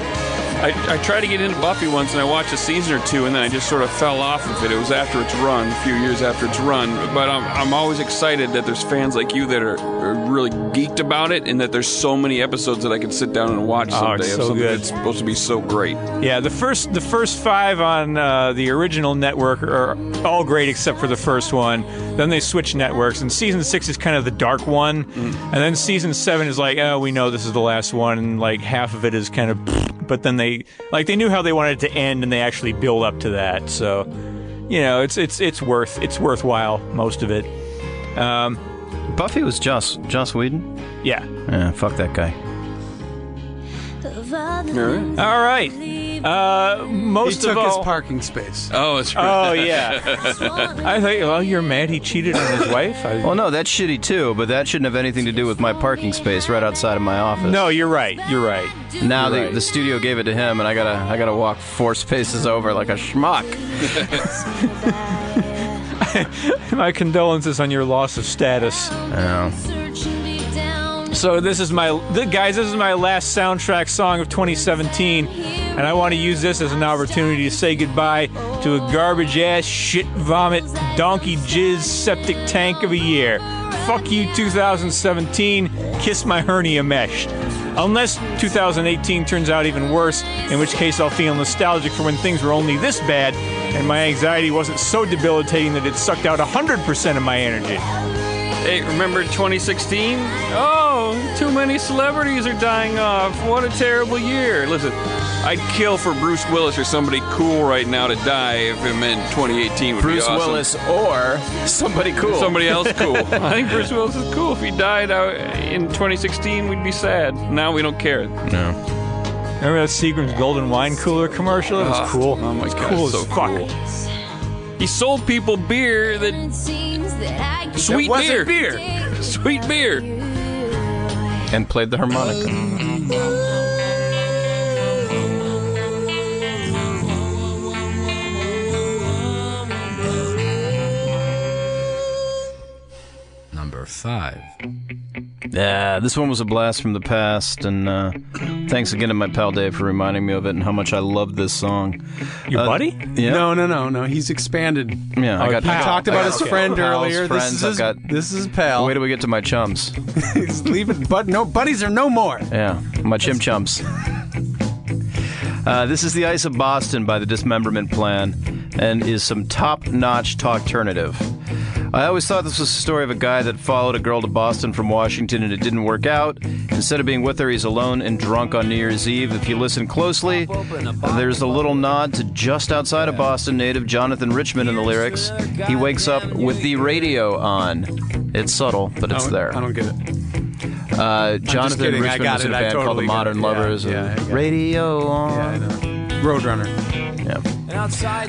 Speaker 4: I, I tried to get into Buffy once and I watched a season or two and then I just sort of fell off of it. It was after its run, a few years after its run. But I'm, I'm always excited that there's fans like you that are, are really geeked about it and that there's so many episodes that I can sit down and watch
Speaker 5: Oh,
Speaker 4: someday
Speaker 5: it's
Speaker 4: of
Speaker 5: so
Speaker 4: something
Speaker 5: good.
Speaker 4: that's supposed to be so great.
Speaker 5: Yeah, the first the first five on uh, the original network are all great except for the first one. Then they switch networks, and season six is kind of the dark one, and then season seven is like, oh, we know this is the last one, and like half of it is kind of, but then they like they knew how they wanted it to end, and they actually build up to that. So, you know, it's it's it's worth it's worthwhile most of it. Um,
Speaker 2: Buffy was Joss Joss Whedon.
Speaker 5: Yeah.
Speaker 2: Yeah, fuck that guy.
Speaker 5: All right. Uh,
Speaker 3: He
Speaker 5: most
Speaker 3: took
Speaker 5: of all.
Speaker 3: his parking space.
Speaker 4: Oh, it's
Speaker 5: Oh yeah, I thought. Well, you're mad he cheated on his wife. I,
Speaker 2: Well, no, that's shitty too, but that shouldn't have anything to do with my parking space right outside of my office.
Speaker 5: No, you're right. You're right.
Speaker 2: Now
Speaker 5: You're
Speaker 2: the,
Speaker 5: right.
Speaker 2: the studio gave it to him, and I gotta I gotta walk four spaces over like a schmuck.
Speaker 5: My condolences on your loss of status. So this is my the guys. This is my last soundtrack song of 2017, and I want to use this as an opportunity to say goodbye to a garbage ass, shit vomit, donkey jizz, septic tank of a year. Fuck you, 2017. Kiss my hernia mesh. Unless 2018 turns out even worse, in which case I'll feel nostalgic for when things were only this bad, and my anxiety wasn't so debilitating that it sucked out 100% of my energy.
Speaker 4: Hey, remember 2016? Oh, too many celebrities are dying off. What a terrible year. Listen, I'd kill for Bruce Willis or somebody cool right now to die if it meant 2018 would
Speaker 2: Bruce
Speaker 4: be awesome.
Speaker 2: Willis or somebody cool.
Speaker 4: Somebody else cool. I think Bruce Willis is cool. If he died out in 2016, we'd be sad. Now we don't care.
Speaker 5: Remember that Seagram's Golden Wine Cooler commercial? It was
Speaker 4: Ah,
Speaker 5: cool.
Speaker 4: Oh my
Speaker 5: It's
Speaker 4: god,
Speaker 5: cool
Speaker 4: so
Speaker 5: as fuck.
Speaker 4: cool. He sold people beer that sweet beer.
Speaker 2: wasn't
Speaker 4: Sweet beer.
Speaker 2: and played the harmonica.
Speaker 9: Number five.
Speaker 2: Yeah, this one was a blast from the past, and uh, thanks again to my pal Dave for reminding me of it and how much I love this song.
Speaker 5: Your
Speaker 2: Uh,
Speaker 5: buddy?
Speaker 2: Yeah,
Speaker 3: No, no, no, no. He's expanded.
Speaker 2: yeah. I got.
Speaker 3: I talked about his
Speaker 2: okay.
Speaker 3: friend
Speaker 2: Pals,
Speaker 3: earlier.
Speaker 2: friends,
Speaker 3: this is
Speaker 2: I've
Speaker 3: his,
Speaker 2: got-
Speaker 3: this is pal.
Speaker 2: Wait till we get to my chums.
Speaker 3: He's leaving, but no buddies are no more.
Speaker 2: Yeah, my chim chumps. Uh, this is the Ice of Boston by the Dismemberment Plan, and is some top-notch talkternative. I always thought this was the story of a guy that followed a girl to Boston from Washington and it didn't work out. Instead of being with her, he's alone and drunk on New Year's Eve. If you listen closely, there's a little nod to just outside of Boston native Jonathan Richmond in the lyrics. He wakes up with the radio on. It's subtle, but
Speaker 3: I
Speaker 2: it's
Speaker 3: don't-
Speaker 2: there.
Speaker 3: I don't get it.
Speaker 2: Uh,
Speaker 3: just
Speaker 2: Jonathan
Speaker 3: kidding, I
Speaker 2: Richmond
Speaker 3: got
Speaker 2: was in
Speaker 3: it,
Speaker 2: a
Speaker 3: I
Speaker 2: band called
Speaker 3: totally
Speaker 2: the
Speaker 3: got
Speaker 2: Modern
Speaker 3: it, yeah,
Speaker 2: Lovers.
Speaker 3: yeah, I
Speaker 2: and
Speaker 3: got it.
Speaker 2: radio
Speaker 3: Yeah, I
Speaker 2: on.
Speaker 3: know. Roadrunner.
Speaker 2: Yeah.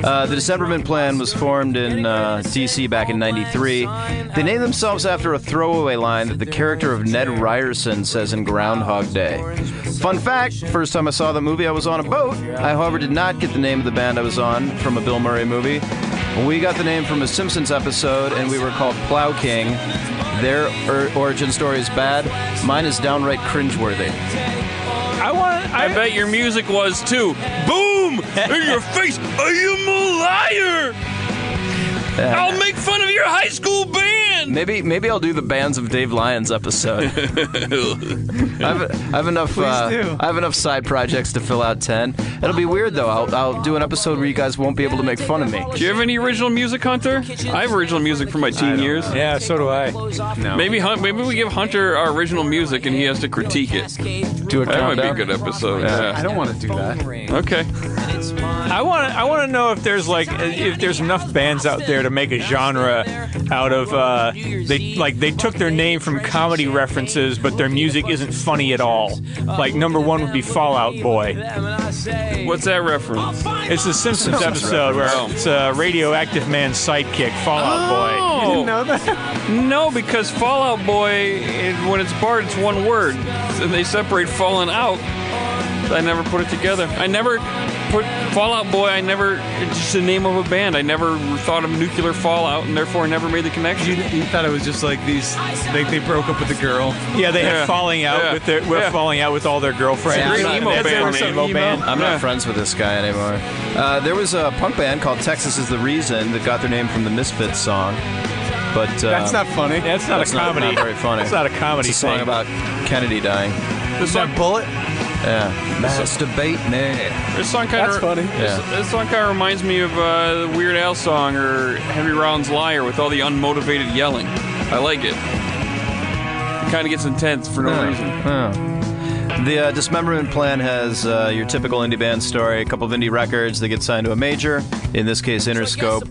Speaker 2: Uh, the Decemberman Plan was formed in uh, DC back in '93. They named themselves after a throwaway line that the character of Ned Ryerson says in Groundhog Day. Fun fact: First time I saw the movie, I was on a boat. I, however, did not get the name of the band I was on from a Bill Murray movie. We got the name from a Simpsons episode, and we were called Plow King. Their or- origin story is bad. Mine is downright cringeworthy.
Speaker 5: I want. I,
Speaker 4: I bet your music was too.
Speaker 8: Boom! In your face! I am a liar!
Speaker 4: I'll make fun of your high school band.
Speaker 2: Maybe maybe I'll do the bands of Dave Lyons episode. I've, I've enough. uh,
Speaker 3: do.
Speaker 2: I have enough side projects to fill out ten. It'll be weird though. I'll, I'll do an episode where you guys won't be able to make fun of me.
Speaker 4: Do you have any original music, Hunter? I have original music from my teen years.
Speaker 5: yeah, so do I.
Speaker 4: Maybe Hunt, maybe we give Hunter our original music and he has to critique it.
Speaker 2: Do a
Speaker 4: That might be a
Speaker 2: countdown.
Speaker 4: good episode.
Speaker 3: I
Speaker 4: Yeah.
Speaker 3: don't want to do that.
Speaker 4: Okay.
Speaker 5: I want. I want to know if there's like if there's enough bands out there to make a genre out of. Uh, they like they took their name from comedy references, but their music isn't funny at all. Like number one would be Fallout Boy.
Speaker 4: What's that reference?
Speaker 5: It's the Simpsons Oh. episode where it's a radioactive man's sidekick, Fallout Boy.
Speaker 4: Oh,
Speaker 3: No, that-
Speaker 4: no, because Fallout Boy, it, when it's barred, it's one word. And they separate fallen out. I never put it together. I never. put Fallout Boy. I never. It's just the name of a band. I never thought of nuclear fallout, and therefore never made the
Speaker 10: You,
Speaker 4: connection.
Speaker 10: you thought it was just like these. They, they broke up with the girl.
Speaker 5: Yeah, they
Speaker 4: Yeah.
Speaker 5: had falling out
Speaker 4: Yeah.
Speaker 5: with their we're
Speaker 4: Yeah.
Speaker 5: falling out with all their girlfriends.
Speaker 4: It's a great emo
Speaker 5: That's
Speaker 4: band,
Speaker 5: what's
Speaker 4: man.
Speaker 5: emo band.
Speaker 2: I'm
Speaker 4: Yeah.
Speaker 2: not friends with this guy anymore. Uh, there was a punk band called Texas is the Reason that got their name from the Misfits song. But uh,
Speaker 3: That's not funny.
Speaker 5: That's not
Speaker 2: that's
Speaker 5: a comedy.
Speaker 2: Not, very funny.
Speaker 5: It's not a comedy
Speaker 2: It's a song
Speaker 5: thing.
Speaker 2: about Kennedy dying.
Speaker 4: This song,
Speaker 3: bullet.
Speaker 2: Yeah. Masturbate me.
Speaker 4: this song kind
Speaker 3: That's
Speaker 4: of
Speaker 3: funny.
Speaker 4: This, this song kind of reminds me of uh, the Weird Al song or Henry Rollins' Liar with all the unmotivated yelling. I like it. It kind of gets intense for no reason.
Speaker 2: The uh, Dismemberment Plan has uh, your typical indie band story. A couple of indie records. They get signed to a major, in this case, Interscope.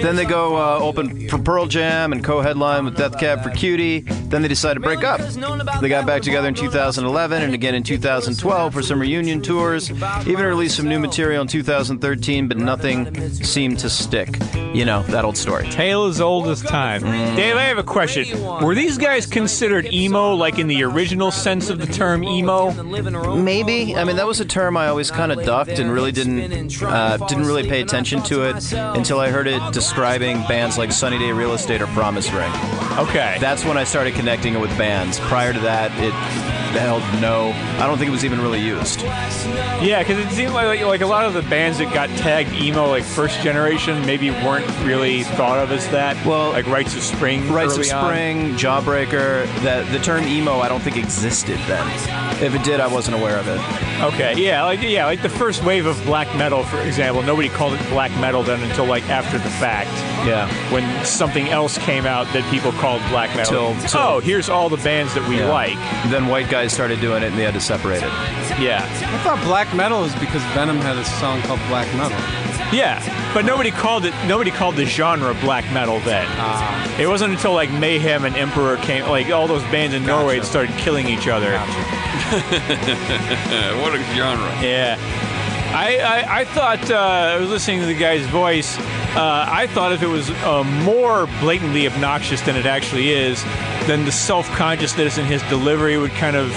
Speaker 2: Then they go uh, open for Pearl Jam and co-headline with Death Cab for Cutie. Then they decide to break up. They got back together in 2011 and again in 2012 for some reunion tours. Even released some new material in 2013, but nothing seemed to stick. You know that old story.
Speaker 5: Tale as old as time. Dave, I have a question. Were these guys considered emo, like in the original sense of the term emo?
Speaker 2: Maybe. I mean, that was a term I always kind of ducked and really didn't uh, didn't really pay attention to it until I heard it describing bands like Sunny Day Real Estate or Promise Ring.
Speaker 5: Okay.
Speaker 2: That's when I started connecting it with bands. Prior to that, it held no. I don't think it was even really used.
Speaker 5: Yeah, because it seemed like, like a lot of the bands that got tagged emo, like first generation, maybe weren't really thought of as that.
Speaker 2: Well,
Speaker 5: like Rites of Spring.
Speaker 2: Rites of
Speaker 5: early on.
Speaker 2: Spring, Jawbreaker. That the term emo, I don't think existed then. If it did, I wasn't aware of it.
Speaker 5: Okay, yeah, like yeah, like the first wave of black metal, for example. Nobody called it black metal then until like after the fact.
Speaker 2: Yeah.
Speaker 5: when something else came out that people called black metal.
Speaker 2: Till- till-
Speaker 5: oh, here's all the bands that we
Speaker 2: Yeah.
Speaker 5: like.
Speaker 2: Then white guys started doing it, and they had to separate it.
Speaker 5: Yeah.
Speaker 3: I thought black metal was because Venom had a song called Black Metal.
Speaker 5: Yeah. But nobody called it nobody called the genre black metal then.
Speaker 2: Ah.
Speaker 5: it wasn't until like Mayhem and Emperor came like all those bands in Norway that started killing each other.
Speaker 4: Yeah, what a genre.
Speaker 5: Yeah. I, I, I thought, uh, I was listening to the guy's voice. Uh, I thought if it was uh, more blatantly obnoxious than it actually is, then the self consciousness in his delivery would kind of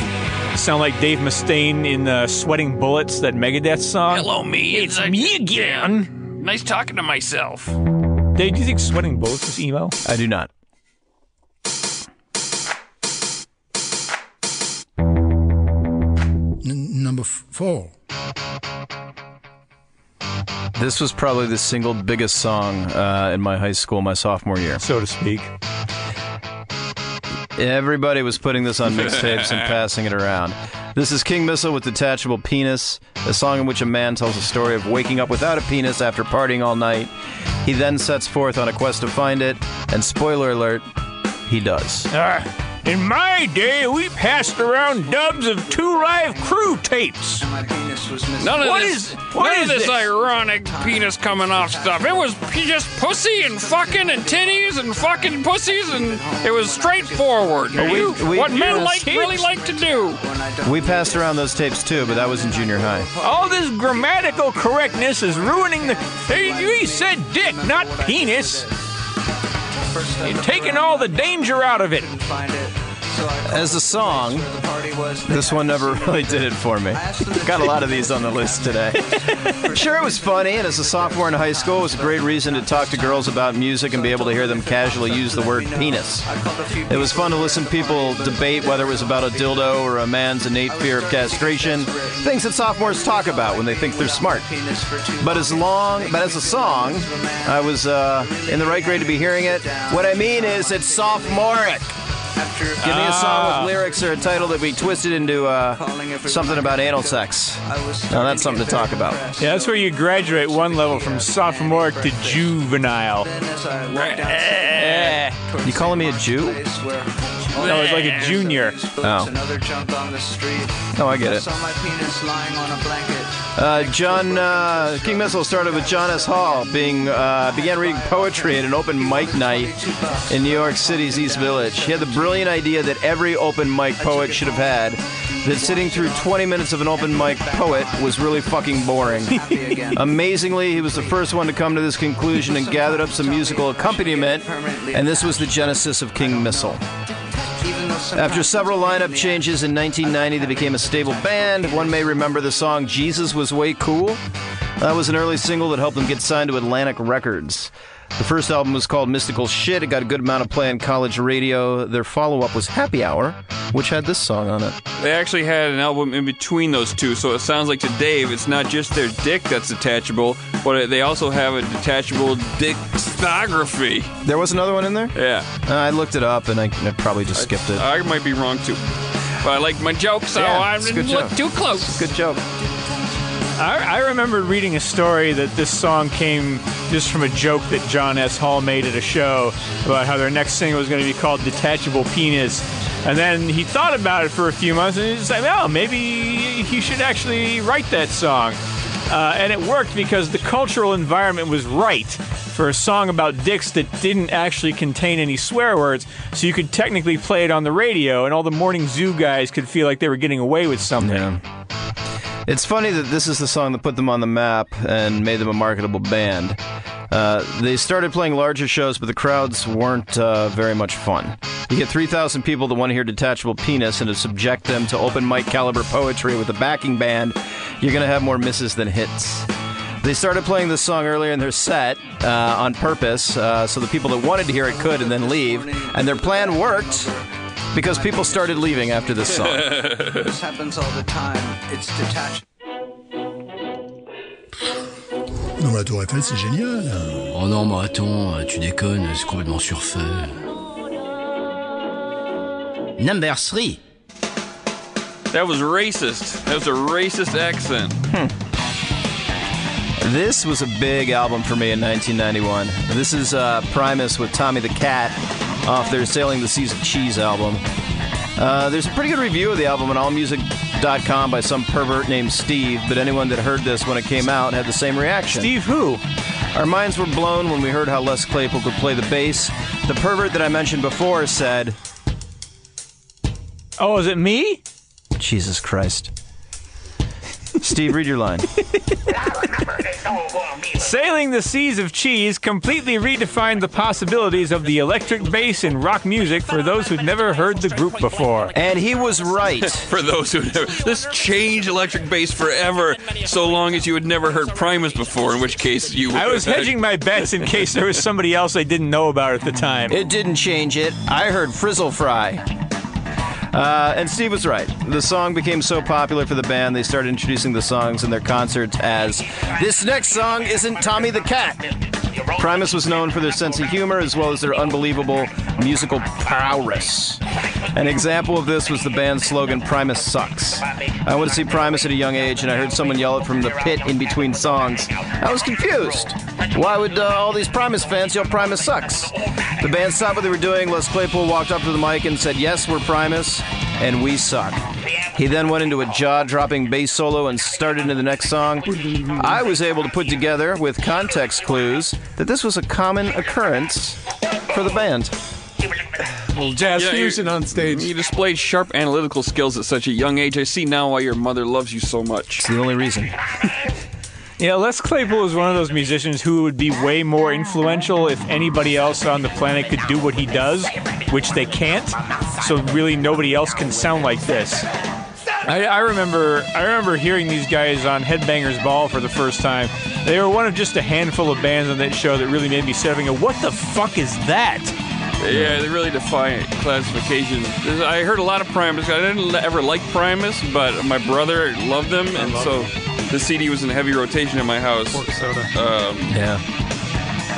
Speaker 5: sound like Dave Mustaine in uh, Sweating Bullets, that Megadeth song.
Speaker 7: Hello, me. It's
Speaker 5: me again.
Speaker 7: Nice talking to myself.
Speaker 5: Dave, do you think Sweating Bullets is emo?
Speaker 2: I do not.
Speaker 9: N- number f- four.
Speaker 2: This was probably the single biggest song uh, in my high school, my sophomore year.
Speaker 5: So to speak.
Speaker 2: Everybody was putting this on mixtapes and passing it around. This is King Missile with Detachable Penis, a song in which a man tells a story of waking up without a penis after partying all night. He then sets forth on a quest to find it, and spoiler alert, he does.
Speaker 5: Uh, in my day, we passed around dubs of two live crew tapes.
Speaker 4: None of
Speaker 5: What
Speaker 4: this,
Speaker 5: is- what
Speaker 4: none
Speaker 5: is
Speaker 4: of this,
Speaker 5: this?
Speaker 4: ironic penis coming off stuff. It was p- just pussy and fucking and titties and fucking pussies, and it was straightforward. You-
Speaker 2: we-
Speaker 4: what men
Speaker 5: you
Speaker 4: like really
Speaker 5: kids.
Speaker 4: like to do.
Speaker 2: We passed around those tapes too, but that was in junior high.
Speaker 5: All this grammatical correctness is ruining the. Hey, he said dick, not penis. You're taking all the danger out of it.
Speaker 2: As a song, this one never really did it for me. Got a lot of these on the list today. Sure, it was funny, and as a sophomore in high school, it was a great reason to talk to girls about music and be able to hear them casually use the word penis. It was fun to listen to people debate whether it was about a dildo or a man's innate fear of castration, things that sophomores talk about when they think they're smart. But as long, but as a song, I was uh, in the right grade to be hearing it. What I mean is, it's sophomoric. Give me a song with lyrics or a title that we twisted into uh, something about anal sex. Now that's something to talk about.
Speaker 5: Yeah, that's where you graduate one level from sophomore to juvenile. Eh.
Speaker 2: You calling me a Jew?
Speaker 5: No, it's like a junior.
Speaker 2: Oh, oh, I get it. Uh, John uh, King Missile started with John S. Hall being uh, began reading poetry at an open mic night in New York City's East Village. He had the brilliant idea that every open mic poet should have had. That sitting through 20 minutes of an open mic poet was really fucking boring. Amazingly, he was the first one to come to this conclusion and gathered up some musical accompaniment, and this was the genesis of King Missile. After several lineup changes in 1990, they became a stable band. One may remember the song Jesus Was Way Cool. That was an early single that helped them get signed to Atlantic Records. The first album was called Mystical Shit. It got a good amount of play on college radio. Their follow up was Happy Hour, which had this song on it.
Speaker 4: They actually had an album in between those two, so it sounds like to Dave, it's not just their dick that's detachable, but they also have a detachable dick photography.
Speaker 2: There was another one in there?
Speaker 4: Yeah.
Speaker 2: Uh, I looked it up and I, I probably just skipped it.
Speaker 4: I might be wrong too, but I like my jokes, so
Speaker 2: Yeah,
Speaker 4: I
Speaker 2: it's a good
Speaker 4: didn't look
Speaker 2: joke.
Speaker 4: too close.
Speaker 2: Good joke.
Speaker 5: I, I remember reading a story that this song came just from a joke that John S. Hall made at a show about how their next single was going to be called Detachable Penis. And then he thought about it for a few months and he was like, oh, maybe he should actually write that song. Uh, and it worked because the cultural environment was right for a song about dicks that didn't actually contain any swear words, so you could technically play it on the radio, and all the morning zoo guys could feel like they were getting away with something.
Speaker 2: It's funny that this is the song that put them on the map and made them a marketable band. Uh, they started playing larger shows, but the crowds weren't uh, very much fun. You get 3,000 people that want to hear Detachable Penis and to subject them to open mic caliber poetry with a backing band, you're going to have more misses than hits. They started playing this song earlier in their set uh, on purpose uh, so the people that wanted to hear it could and then leave, and their plan worked because people started leaving after this song.
Speaker 11: this happens all the time. It's detached.
Speaker 12: Non, mais la Tour Eiffel, c'est génial.
Speaker 9: Oh non, mais attends, euh, tu déconnes, c'est complètement surfait. Number three.
Speaker 4: That was racist. That was a racist accent.
Speaker 2: This was a big album for me in 1991. This is uh, Primus with Tommy the Cat off their Sailing the Seas of Cheese album. Uh, there's a pretty good review of the album on AllMusic.com by some pervert named Steve, but anyone that heard this when it came out had the same reaction.
Speaker 5: Steve who?
Speaker 2: Our minds were blown when we heard how Les Claypool could play the bass. The pervert that I mentioned before said,
Speaker 5: Oh, is it me?
Speaker 2: Jesus Christ. Steve, read your line.
Speaker 5: Sailing the seas of cheese completely redefined the possibilities of the electric bass in rock music for those who'd never heard the group before.
Speaker 2: And he was right.
Speaker 4: For those who never, this changed electric bass forever. So long as you had never heard Primus before, in which case you. would
Speaker 5: I was
Speaker 4: have had-
Speaker 5: hedging my bets in case there was somebody else I didn't know about at the time.
Speaker 2: It didn't change it. I heard Frizzle Fry. Uh, and Steve was right. The song became so popular for the band, they started introducing the songs in their concerts as This Next Song Isn't Tommy the Cat. Primus was known for their sense of humor as well as their unbelievable musical prowess. An example of this was the band's slogan, Primus Sucks. I went to see Primus at a young age and I heard someone yell it from the pit in between songs. I was confused. Why would uh, all these Primus fans yell Primus Sucks? The band stopped what they were doing. Les Claypool walked up to the mic and said, Yes, we're Primus, and we suck. He then went into a jaw dropping bass solo and started into the next song. I was able to put together, with context clues, that this was a common occurrence for the band.
Speaker 3: Little jazz
Speaker 4: Yeah, you-
Speaker 3: fusion on stage.
Speaker 4: You displayed sharp analytical skills at such a young age. I see now why your mother loves you so much. It's
Speaker 2: the only reason.
Speaker 5: Yeah, Les Claypool is one of those musicians who would be way more influential if anybody else on the planet could do what he does, which they can't. So really, nobody else can sound like this. I, I remember, I remember hearing these guys on Headbangers Ball for the first time. They were one of just a handful of bands on that show that really made me sit up and go, "What the fuck is that?"
Speaker 4: Yeah, they really defy classification. There's- I heard a lot of Primus. I didn't ever like Primus, but my brother loved them, and
Speaker 3: love
Speaker 4: so the CD was in heavy rotation in my house. Um,
Speaker 2: yeah.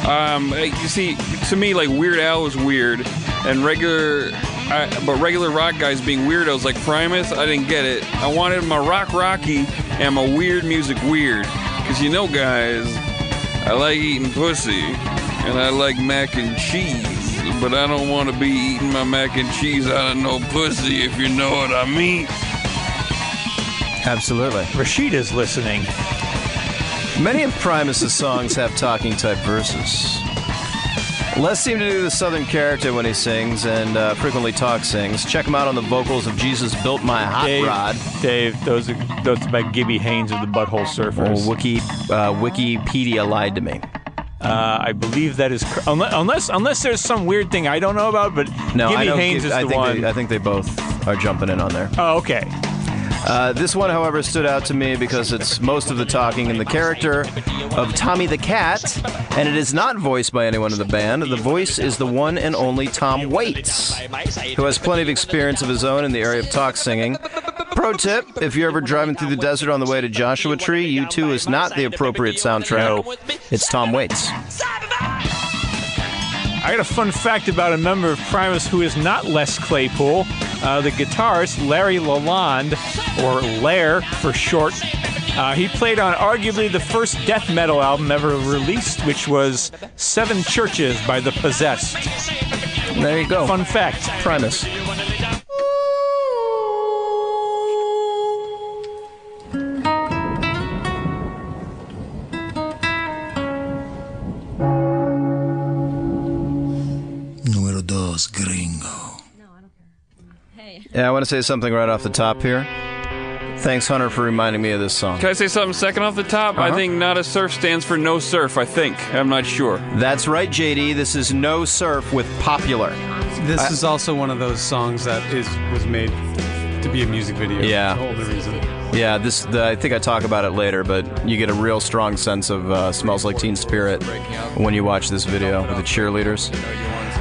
Speaker 4: Um, like, you see, to me, like Weird Al was weird, and regular, I, but regular rock guys being weirdos like Primus, I didn't get it. I wanted my rock rocky and my weird music weird, because you know, guys, I like eating pussy and I like mac and cheese, but I don't want to be eating my mac and cheese out of no pussy, if you know what I mean.
Speaker 2: Absolutely.
Speaker 5: Rashida's listening.
Speaker 2: Many of Primus's songs have talking type verses. Les seemed to do the southern character when he sings and uh, frequently talk sings. Check him out on the vocals of Jesus Built My Hot
Speaker 5: Dave,
Speaker 2: Rod.
Speaker 5: Dave, those are
Speaker 2: Oh,
Speaker 5: those are by Gibby Haynes of the Butthole Surfers.
Speaker 2: Wiki, uh, Wikipedia lied to me.
Speaker 5: Uh, I believe that is cor- unless, unless unless there's some weird thing I don't know about, but
Speaker 2: No, I
Speaker 5: Gimme
Speaker 2: know.
Speaker 5: Haynes is
Speaker 2: I
Speaker 5: the
Speaker 2: think
Speaker 5: one.
Speaker 2: They, I think they both are jumping in on there.
Speaker 5: Oh, okay.
Speaker 2: Uh, this one, however, stood out to me because it's most of the talking in the character of Tommy the Cat, and it is not voiced by anyone in the band. The voice is the one and only Tom Waits, who has plenty of experience of his own in the area of talk singing. Pro tip if you're ever driving through the desert on the way to Joshua Tree, You 2 is not the appropriate soundtrack. It's Tom Waits.
Speaker 5: I got a fun fact about a member of Primus who is not Les Claypool. Uh, the guitarist Larry Lalonde, or Lair for short, uh, he played on arguably the first death metal album ever released, which was Seven Churches by The Possessed.
Speaker 2: There you go.
Speaker 5: Fun fact
Speaker 2: Primus.
Speaker 12: Número dos, gringo.
Speaker 2: Yeah, I want to say something right off the top here. Thanks, Hunter, for reminding me of this song.
Speaker 4: Can I say something second off the top? I think not a surf stands for no surf, I think. I'm not sure.
Speaker 2: That's right, JD. This is No Surf with Popular.
Speaker 3: This is also one of those songs that is was made to be a music video.
Speaker 2: Yeah.
Speaker 3: That's the whole reason.
Speaker 2: Yeah, this. The, I think I talk about it later, but you get a real strong sense of uh, "Smells Like Teen Spirit" when you watch this video with the cheerleaders.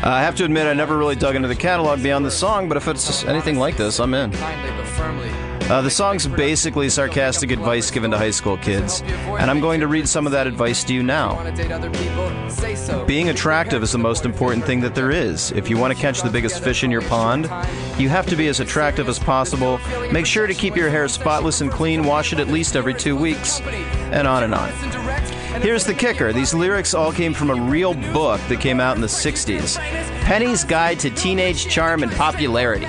Speaker 2: Uh, I have to admit, I never really dug into the catalog beyond the song, but if it's anything like this, I'm in. Uh, the song's basically sarcastic advice given to high school kids, and I'm going to read some of that advice to you now. Being attractive is the most important thing that there is. If you want to catch the biggest fish in your pond, you have to be as attractive as possible. Make sure to keep your hair spotless and clean, wash it at least every two weeks, and on and on. Here's the kicker these lyrics all came from a real book that came out in the 60s Penny's Guide to Teenage Charm and Popularity.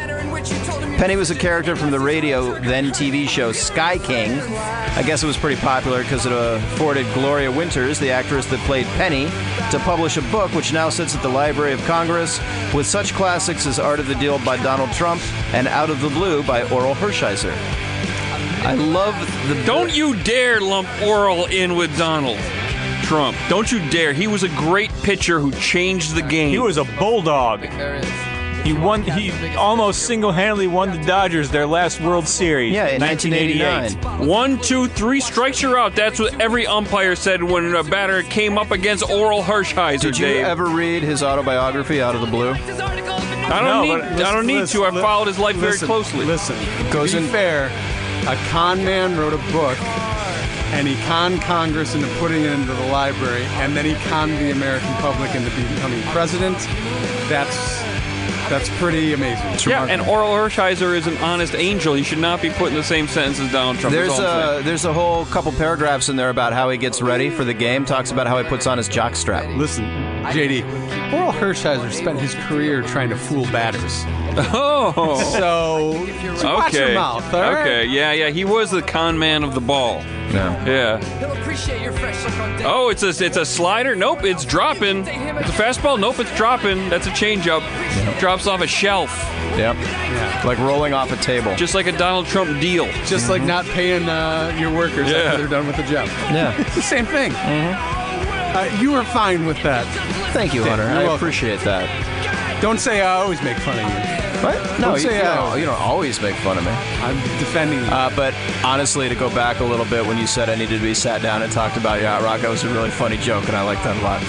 Speaker 2: Penny was a character from the radio, then TV show Sky King. I guess it was pretty popular because it afforded Gloria Winters, the actress that played Penny, to publish a book which now sits at the Library of Congress with such classics as Art of the Deal by Donald Trump and Out of the Blue by Oral Hershiser. I love the.
Speaker 4: Don't you dare lump Oral in with Donald Trump. Don't you dare. He was a great pitcher who changed the game. He
Speaker 5: was a bulldog. He won. He almost single-handedly won the Dodgers their last World Series.
Speaker 4: Yeah,
Speaker 5: in 1988.
Speaker 4: One, two, three strikes, you're out. That's what every umpire said when a batter came up against Oral Hershiser.
Speaker 2: Did you
Speaker 4: Dave.
Speaker 2: ever read his autobiography, Out of the Blue?
Speaker 4: I don't need. I don't need to. I followed his life very
Speaker 3: Listen,
Speaker 4: closely.
Speaker 3: Listen,
Speaker 2: Goes
Speaker 3: to be
Speaker 2: in-
Speaker 3: fair, a con man wrote a book, and he conned Congress into putting it into the library, and then he conned the American public into becoming president. That's that's pretty amazing.
Speaker 4: Yeah, and Oral Hershiser is an honest angel. He should not be put in the same sentence as Donald Trump.
Speaker 2: There's
Speaker 4: That's all I'm saying.
Speaker 2: a there's a whole couple paragraphs in there about how he gets ready for the game. Talks about how he puts on his jock strap.
Speaker 3: Listen, JD, Oral Hershiser spent his career trying to fool batters.
Speaker 4: Oh,
Speaker 3: so, so watch your
Speaker 4: okay.
Speaker 3: mouth. all right?
Speaker 4: Okay, yeah, yeah. He was the con man of the ball.
Speaker 2: Yeah.
Speaker 4: Yeah. Oh, it's a it's a slider. Nope, it's dropping. It's a fastball. Nope, it's dropping. That's a changeup. Drops off a shelf,
Speaker 2: Yep. Like rolling off a table.
Speaker 4: just like a Donald Trump deal.
Speaker 3: Just like not paying uh, your workers
Speaker 4: Yeah.
Speaker 3: after they're done with the job.
Speaker 2: Yeah.
Speaker 3: it's the same thing. Uh, you were fine with that.
Speaker 2: Thank you,
Speaker 3: Yeah,
Speaker 2: Hunter.
Speaker 3: you're
Speaker 2: I
Speaker 3: welcome.
Speaker 2: appreciate that.
Speaker 3: Don't say I always make fun of you.
Speaker 2: What? No,
Speaker 3: Don't
Speaker 2: you,
Speaker 3: say
Speaker 2: you
Speaker 3: I-
Speaker 2: don't, uh, you don't always make fun of me.
Speaker 3: I'm defending you.
Speaker 2: Uh, but honestly, to go back a little bit, when you said I needed to be sat down and talked about Yacht Rock, that was a really funny joke, and I liked that a lot.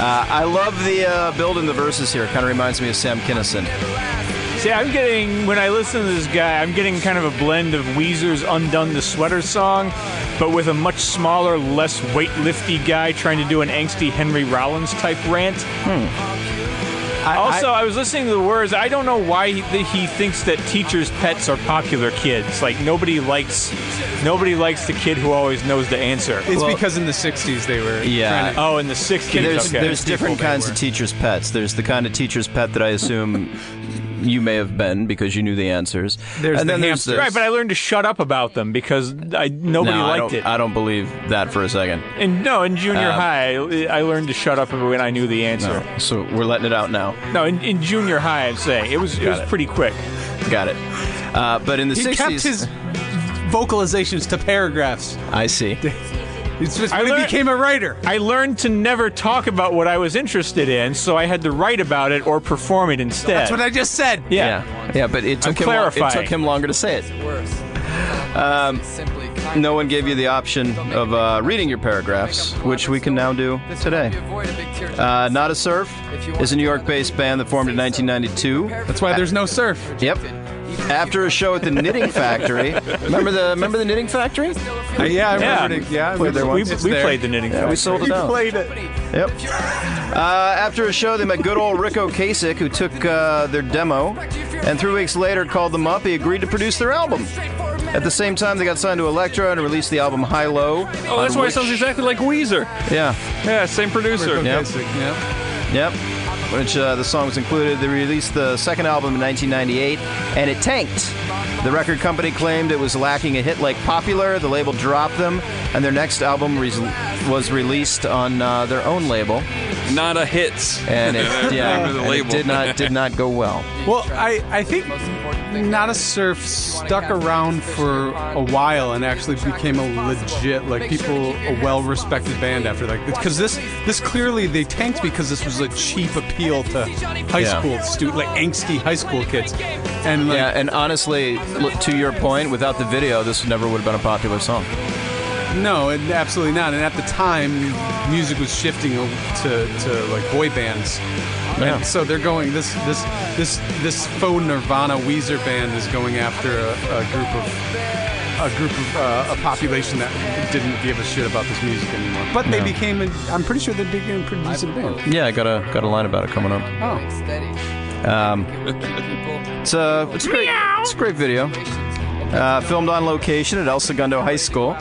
Speaker 2: Uh, I love the uh, build in the verses here. Kind of reminds me of Sam Kinison.
Speaker 5: See, I'm getting when I listen to this guy, I'm getting kind of a blend of Weezer's "Undone the Sweater" song, but with a much smaller, less weightlifty guy trying to do an angsty Henry Rollins type rant.
Speaker 2: Hmm.
Speaker 5: also, I, was listening to the words. I don't know why he, th- he thinks that teachers' pets are popular kids. Like nobody likes, nobody likes the kid who always knows the answer.
Speaker 3: it's because in the 60s they were
Speaker 2: Yeah.
Speaker 3: trying to-
Speaker 5: oh, in the '60s.
Speaker 2: There's,
Speaker 5: okay.
Speaker 2: there's different kinds of teacher's pets. There's the kind of teacher's pet that I assume you may have been because you knew the answers.
Speaker 5: There's
Speaker 2: and
Speaker 5: the
Speaker 2: then there's
Speaker 5: hamster.
Speaker 2: this-
Speaker 5: Right, but I learned to shut up about them because I nobody
Speaker 2: No, I
Speaker 5: liked
Speaker 2: don't-
Speaker 5: it.
Speaker 2: I don't believe that for a second.
Speaker 5: And no, in
Speaker 2: Um,
Speaker 5: junior high, I learned to shut up when I knew the answer.
Speaker 2: No. So we're letting it out now.
Speaker 5: No, in, in junior high, I'm saying it was it
Speaker 2: Got
Speaker 5: was
Speaker 2: it.
Speaker 5: pretty quick.
Speaker 2: Got it. Uh, but in the
Speaker 3: He
Speaker 2: 60s,
Speaker 3: kept his vocalizations to paragraphs.
Speaker 2: I see.
Speaker 3: It's just when I became a writer.
Speaker 5: I learned to never talk about what I was interested in, so I had to write about it or perform it instead.
Speaker 3: That's what I just said.
Speaker 5: Yeah,
Speaker 2: yeah, but it
Speaker 5: I'm
Speaker 2: took him. lo- it
Speaker 5: clarifying.
Speaker 2: took him longer to say it. Um, no one gave you the option of uh, reading your paragraphs, which we can now do today. Uh, Not a Surf is a New York-based band that formed in 1992. That's
Speaker 3: why there's no surf.
Speaker 2: Yep. After a show at the Knitting Factory, remember the remember the Knitting Factory?
Speaker 3: yeah, I remember it. Yeah, I
Speaker 2: played there
Speaker 3: remember
Speaker 2: once.
Speaker 3: we- It's we there. played the
Speaker 5: Knitting
Speaker 2: Yeah, we sold it
Speaker 3: You
Speaker 2: out.
Speaker 3: played it.
Speaker 2: Yep. Uh, after a show, they met good old Rico Kasich, who took uh, their demo, and three weeks later called them up. He agreed to produce their album. At the same time, they got signed to Elektra and released the album High Low.
Speaker 4: Oh, that's why it sounds exactly like Weezer.
Speaker 2: Yeah.
Speaker 4: Yeah, same producer.
Speaker 2: Yep. Yep. Which uh, the song was included. They released the second album in 1998, and it tanked. The record company claimed it was lacking a hit like Popular. The label dropped them, and their next album re- was released on uh, their own label.
Speaker 4: Not a hits.
Speaker 2: and it, yeah,
Speaker 4: Remember the
Speaker 2: and it
Speaker 4: label.
Speaker 2: did not did not go well.
Speaker 3: Well, I, I think Not a Surf stuck around for a while and actually became a legit, like people, a well-respected band after like because this this clearly they tanked because this was a cheap appeal to high
Speaker 2: Yeah.
Speaker 3: school student, like angsty high school kids, and like,
Speaker 2: yeah, and honestly, look, to your point, without the video, this never would have been a popular song.
Speaker 3: No, it, absolutely not. And at the time, music was shifting o- to, to like boy bands.
Speaker 2: Yeah.
Speaker 3: And so they're going this this this this faux Nirvana Weezer band is going after a, a group of a group of uh, a population that didn't give a shit about this music anymore. But they
Speaker 2: Yeah.
Speaker 3: became. A, I'm pretty sure they became a pretty decent band.
Speaker 2: Yeah, I got a got a line about it coming up.
Speaker 3: Oh.
Speaker 2: Um, it's a it's a great it's a great video. Uh, filmed on location at El Segundo High School.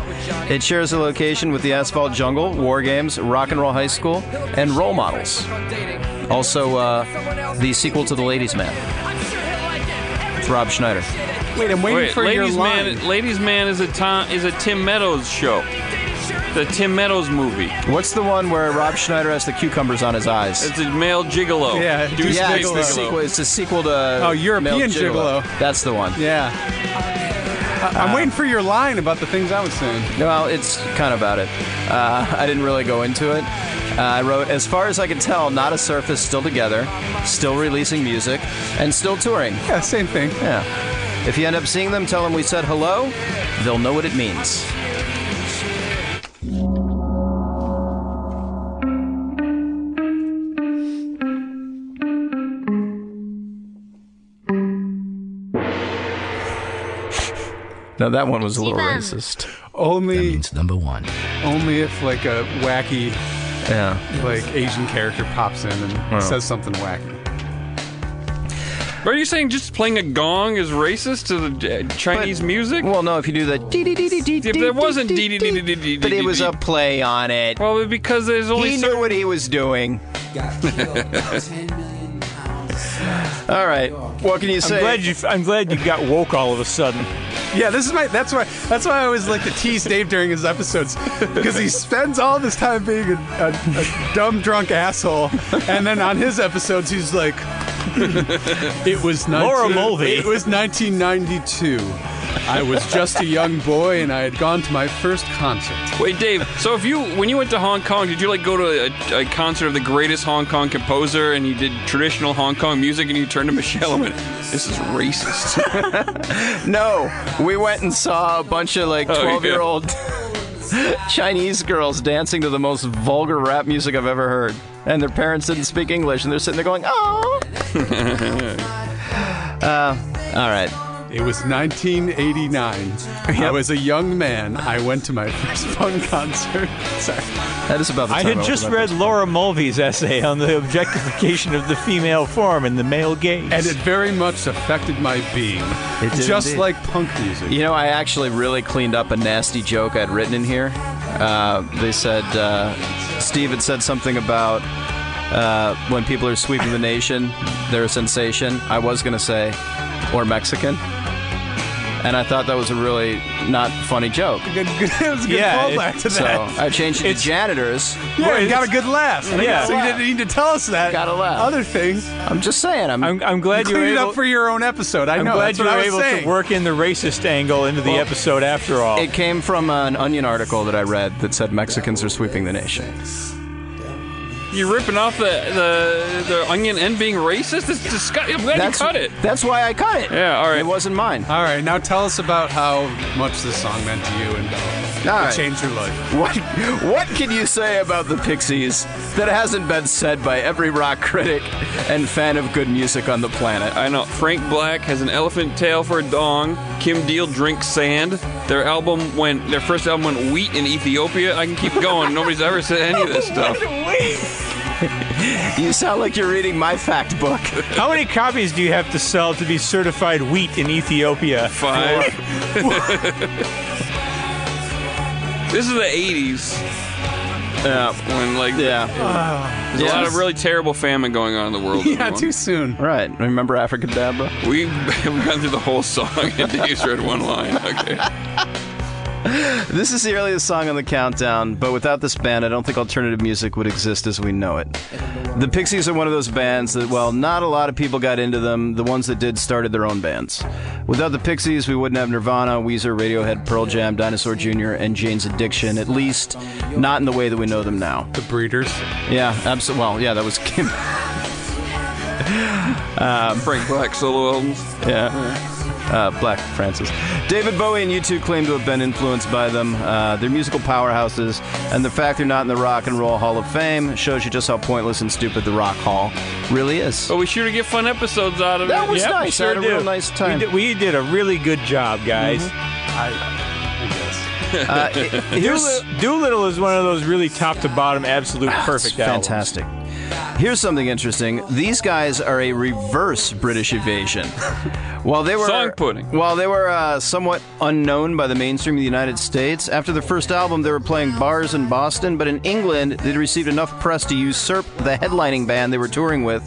Speaker 2: It shares a location with the Asphalt Jungle, War Games, Rock and Roll High School, and Role Models. Also, uh, the sequel to The Ladies' Man. It's Rob Schneider.
Speaker 3: Wait, I'm waiting
Speaker 4: Wait,
Speaker 3: for your
Speaker 4: Ladies
Speaker 3: line.
Speaker 4: Man, Ladies Man is a Tom, is a Tim Meadows show. The Tim Meadows movie.
Speaker 2: What's the one where Rob Schneider has the cucumbers on his eyes?
Speaker 4: It's a male gigolo.
Speaker 3: Yeah,
Speaker 4: Douchebag
Speaker 2: yeah, it's the
Speaker 4: gigolo.
Speaker 2: sequel. It's the sequel to
Speaker 3: Oh, European
Speaker 2: Male
Speaker 3: Gigolo.
Speaker 2: That's the one.
Speaker 3: Yeah. I, I'm waiting for your line about the things I was saying.
Speaker 2: Well, it's kind of about it. Uh, I didn't really go into it. Uh, I wrote, as far as I can tell, not a surf is still together, still releasing music, and still touring.
Speaker 3: Yeah, same thing.
Speaker 2: Yeah. If you end up seeing them, tell them we said hello. They'll know what it means. Now that one was a little
Speaker 1: T-Bone.
Speaker 2: racist.
Speaker 3: Only
Speaker 9: number one.
Speaker 3: Only if like a wacky,
Speaker 2: yeah,
Speaker 3: like Asian character pops in and says something wacky.
Speaker 4: Are you saying just playing a gong is racist to the uh, Chinese music?
Speaker 2: Well, no, if you do that, dee dee dee dee dee.
Speaker 4: If there wasn't dee dee dee dee dee dee
Speaker 2: But it was a play on it.
Speaker 4: Well, because there's only
Speaker 2: He knew
Speaker 4: certain-
Speaker 2: what he was doing. All right, what can you
Speaker 5: I'm
Speaker 2: say?
Speaker 5: glad you. I'm glad you got woke all of a sudden.
Speaker 3: Yeah, this is my. That's why. That's why I always like to tease Dave during his episodes because he spends all this time being a, a, a dumb drunk asshole, and then on his episodes he's like, "It was 19,
Speaker 5: Laura Mulvey.
Speaker 3: It was 1992. I was just a young boy and I had gone to my first concert.
Speaker 4: Wait, Dave. So if you when you went to Hong Kong, did you like go to a, a concert of the greatest Hong Kong composer and he did traditional Hong Kong music and you turned to Michelle and went, "This is racist."
Speaker 2: No, we went and saw a bunch of like
Speaker 4: Oh, you
Speaker 2: 12 year old Chinese girls dancing to the most vulgar rap music I've ever heard. And their parents didn't speak English, and they're sitting there going, oh. uh, all right.
Speaker 3: It was 1989. I was a young man. I went to my first punk concert. Sorry.
Speaker 2: That is about the
Speaker 5: I
Speaker 2: time.
Speaker 5: had
Speaker 2: was
Speaker 5: just
Speaker 2: remembering.
Speaker 5: read Laura Mulvey's essay on the objectification of the female form and the male gaze.
Speaker 3: and it very much affected my being.
Speaker 2: It did
Speaker 3: just
Speaker 2: indeed.
Speaker 3: like punk music.
Speaker 2: You know, I actually really cleaned up a nasty joke I'd written in here. Uh, they said, uh, Steve had said something about uh, when people are sweeping the nation, they're a sensation. I was going to say, or Mexican. and I thought that was a really not funny joke.
Speaker 3: Good, good, it was a good
Speaker 2: Yeah,
Speaker 3: callback
Speaker 2: it-
Speaker 3: to that.
Speaker 2: So I changed it to janitors.
Speaker 3: Yeah, you got a good laugh.
Speaker 2: Yeah.
Speaker 3: So you didn't need to tell us that. Got
Speaker 2: a laugh.
Speaker 3: Other things.
Speaker 2: I'm just saying. I'm,
Speaker 5: I'm, glad you were
Speaker 3: cleaned it
Speaker 5: able.
Speaker 3: up for your own episode. I
Speaker 5: I'm
Speaker 3: know.
Speaker 5: glad
Speaker 3: that's
Speaker 5: you
Speaker 3: what
Speaker 5: were
Speaker 3: I was
Speaker 5: able
Speaker 3: saying.
Speaker 5: to work in the racist angle into the
Speaker 2: Well,
Speaker 5: episode after all.
Speaker 2: It came from an Onion article that I read that said Mexicans are sweeping the nation.
Speaker 4: You're ripping off the the, the onion and being racist. It's disgusting. I'm glad
Speaker 2: That's-
Speaker 4: you cut it.
Speaker 2: That's why I cut it.
Speaker 4: Yeah, all right.
Speaker 2: It wasn't mine.
Speaker 3: All right, now tell us about how much this song meant to you and it
Speaker 2: All right.
Speaker 3: changed your life.
Speaker 2: What what can you say about the Pixies that hasn't been said by every rock critic and fan of good music on the planet?
Speaker 4: I know. Frank Black has an elephant tail for a dong. Kim Deal drinks sand. Their album went. Their first album went wheat in Ethiopia. I can keep going. Nobody's ever said any of this stuff.
Speaker 2: You sound like you're reading my fact book.
Speaker 5: How many copies do you have to sell to be certified wheat in Ethiopia?
Speaker 4: Five. this is the '80s.
Speaker 2: Yeah.
Speaker 4: When like
Speaker 2: yeah,
Speaker 4: there's a lot of really terrible famine going on in the world.
Speaker 3: Yeah,
Speaker 4: everyone.
Speaker 3: too soon.
Speaker 2: right. Remember Africadabra?
Speaker 4: We we've gone through the whole song and Dave's read one line. Okay.
Speaker 2: This is the earliest song on the countdown, but without this band, I don't think alternative music would exist as we know it. The Pixies are one of those bands that, while not a lot of people got into them, the ones that did started their own bands. Without the Pixies, we wouldn't have Nirvana, Weezer, Radiohead, Pearl Jam, Dinosaur Jr., and Jane's Addiction, at least not in the way that we know them now.
Speaker 3: The Breeders.
Speaker 2: Yeah, absolutely. Well, yeah, that was Kim.
Speaker 4: Frank Black solo albums.
Speaker 2: Yeah. Uh, Black Francis. David Bowie and U2 claim to have been influenced by them. Uh, they're musical powerhouses, and the fact they're not in the Rock and Roll Hall of Fame shows you just how pointless and stupid the Rock Hall really is.
Speaker 4: But we sure to get fun episodes out of
Speaker 2: That
Speaker 4: it.
Speaker 2: was
Speaker 5: Yep,
Speaker 2: nice. I
Speaker 5: sure
Speaker 2: had a
Speaker 5: do.
Speaker 2: real nice time. Mm-hmm.
Speaker 5: We did, we did a really good job, guys.
Speaker 2: Uh, it- here's-
Speaker 5: Doolittle, Doolittle is one of those really top to bottom, absolute perfect
Speaker 2: Ah, It's
Speaker 5: albums.
Speaker 2: fantastic. Here's something interesting. These guys are a reverse British invasion. While they were
Speaker 4: Song pudding.
Speaker 2: While they were uh, somewhat unknown by the mainstream of the United States, after the first album, they were playing bars in Boston. But in England, they'd received enough press to usurp the headlining band they were touring with,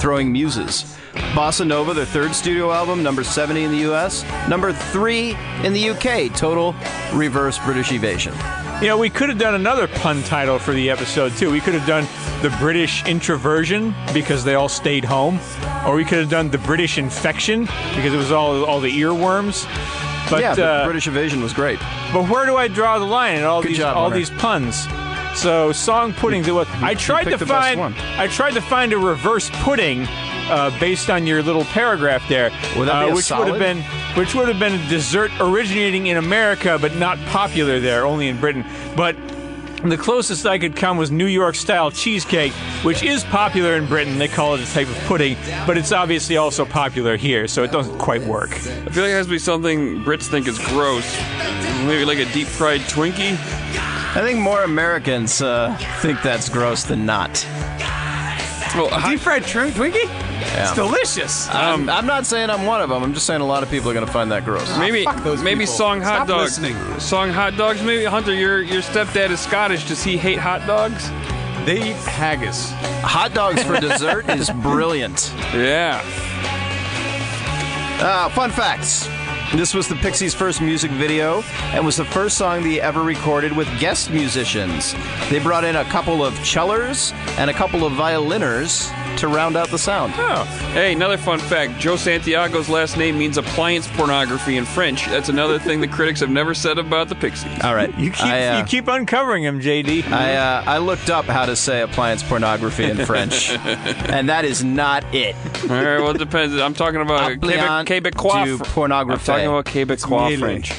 Speaker 2: Throwing Muses. Bossa Nova, their third studio album, number 70 in the U.S., number three in the U.K. Total reverse British evasion.
Speaker 5: You know, we could have done another pun title for the episode too. We could have done the British introversion because they all stayed home, or we could have done the British infection because it was all all the earworms. But
Speaker 2: yeah, but
Speaker 5: uh,
Speaker 2: British evasion was great.
Speaker 5: but where do I draw the line in all
Speaker 2: Good
Speaker 5: these
Speaker 2: job,
Speaker 5: all
Speaker 2: Hunter.
Speaker 5: these puns? So song puddings. It was. I tried to
Speaker 2: picked the best
Speaker 5: find.
Speaker 2: one.
Speaker 5: I tried to find a reverse pudding uh, based on your little paragraph there,
Speaker 2: Would that
Speaker 5: uh,
Speaker 2: be a
Speaker 5: which would have
Speaker 2: solid?
Speaker 5: been which would have been a dessert originating in America but not popular there, only in Britain. But the closest I could come was New York style cheesecake, which is popular in Britain. They call it a type of pudding, but it's obviously also popular here, so it doesn't quite work.
Speaker 4: I feel like it has to be something Brits think is gross. Maybe like a deep fried Twinkie.
Speaker 2: I think more Americans uh, think that's gross than not.
Speaker 4: Well,
Speaker 3: Deep
Speaker 4: I,
Speaker 3: fried tr- Twinkie? It's delicious.
Speaker 5: Um,
Speaker 2: I'm, I'm not saying I'm one of them. I'm just saying a lot of people are going to find that gross.
Speaker 4: maybe
Speaker 3: fuck those
Speaker 4: maybe
Speaker 3: people.
Speaker 4: song hot
Speaker 3: Stop
Speaker 4: dogs.
Speaker 3: listening.
Speaker 4: Song hot dogs. Maybe Hunter, your your stepdad is Scottish. Does he hate hot dogs?
Speaker 3: They eat haggis.
Speaker 2: Hot dogs for dessert is brilliant.
Speaker 4: Yeah.
Speaker 2: Uh, fun facts. This was the Pixies' first music video and was the first song they ever recorded with guest musicians. They brought in a couple of cellars and a couple of violiners to round out the sound.
Speaker 4: Oh. Hey, another fun fact. Joe Santiago's last name means appliance pornography in French. That's another thing the critics have never said about the Pixies.
Speaker 2: All right.
Speaker 5: You keep
Speaker 2: I, uh,
Speaker 5: you keep uncovering him, JD.
Speaker 2: I, uh, I looked up how to say appliance pornography in French, and that is not it.
Speaker 4: All right, well, it depends. I'm talking about Quebec,
Speaker 2: Appliant
Speaker 4: Quebecois.
Speaker 2: du
Speaker 4: Fr-
Speaker 2: pornographe.
Speaker 4: I'm talking about Quebecois
Speaker 5: Really?
Speaker 4: French.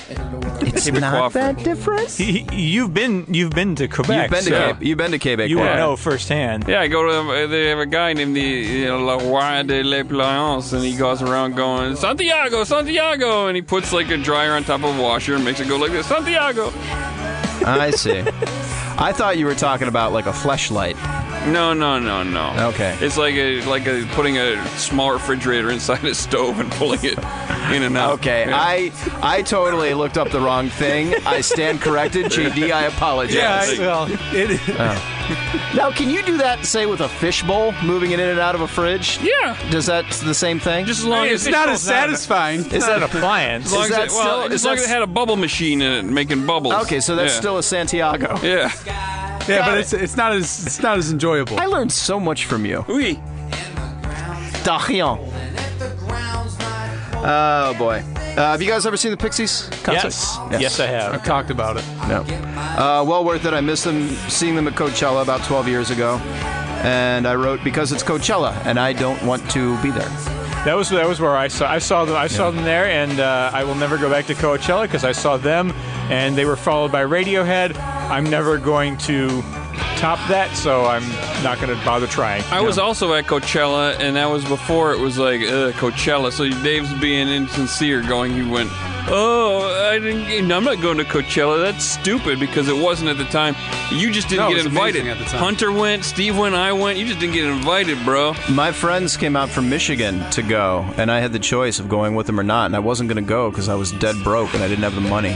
Speaker 2: It's
Speaker 4: Quebecois
Speaker 2: not
Speaker 4: French.
Speaker 2: that different.
Speaker 5: He- he- You've been you've been to Quebec.
Speaker 2: You've been to
Speaker 5: so
Speaker 2: Cape, you've been to Quebec.
Speaker 5: you would
Speaker 2: right?
Speaker 5: know firsthand.
Speaker 4: Yeah, I go to uh, they have a guy named the uh, Le Roi de Les Plaisance, and he goes around going Santiago, Santiago, and he puts like a dryer on top of a washer and makes it go like this, Santiago.
Speaker 2: I see. I thought you were talking about like a fleshlight.
Speaker 4: No, no, no, no.
Speaker 2: Okay.
Speaker 4: It's like a like a putting a small refrigerator inside a stove and pulling it in and out.
Speaker 2: Okay,
Speaker 4: Yeah.
Speaker 2: I I totally looked up the wrong thing. I stand corrected. GD, I apologize.
Speaker 3: well, it,
Speaker 2: now, can you do that, say, with a fishbowl, moving it in and out of a fridge?
Speaker 4: Yeah.
Speaker 2: Does that the same thing?
Speaker 4: Just as long
Speaker 2: Is
Speaker 4: as
Speaker 2: that
Speaker 4: As long
Speaker 2: Is
Speaker 4: as,
Speaker 2: that
Speaker 4: it, well,
Speaker 2: still-
Speaker 4: as
Speaker 2: is
Speaker 4: long
Speaker 2: that
Speaker 4: as it had a bubble machine in it making bubbles.
Speaker 2: Okay, so that's
Speaker 4: Yeah.
Speaker 2: still a Santiago.
Speaker 4: Yeah.
Speaker 3: Yeah, but it's it's not as it's not as enjoyable. I
Speaker 2: learned so much from you.
Speaker 4: Oui.
Speaker 2: Darion. Oh boy. Uh, have you guys ever seen the Pixies? concert?
Speaker 5: Yes. Yes, I have.
Speaker 3: I've talked about it.
Speaker 2: No. Uh, well worth it. I missed them, seeing them at Coachella about 12 years ago, and I wrote because it's Coachella and I don't want to be there.
Speaker 5: That was that was where I saw I saw them I saw them there, and uh, I will never go back to Coachella because I saw them, and they were followed by Radiohead. I'm never going to top that, so I'm not going to bother trying.
Speaker 4: I was also at Coachella, and that was before it was like Ugh, Coachella. So Dave's being insincere, going, he went, "Oh, I didn't. I'm not going to Coachella. That's stupid because it wasn't at the time. You just didn't
Speaker 3: No, it
Speaker 4: get
Speaker 3: was
Speaker 4: invited.
Speaker 3: amazing at the time.
Speaker 4: Hunter went, Steve went, I went. You just didn't get invited, bro.
Speaker 2: My friends came out from Michigan to go, and I had the choice of going with them or not, and I wasn't going to go because I was dead broke and I didn't have the money.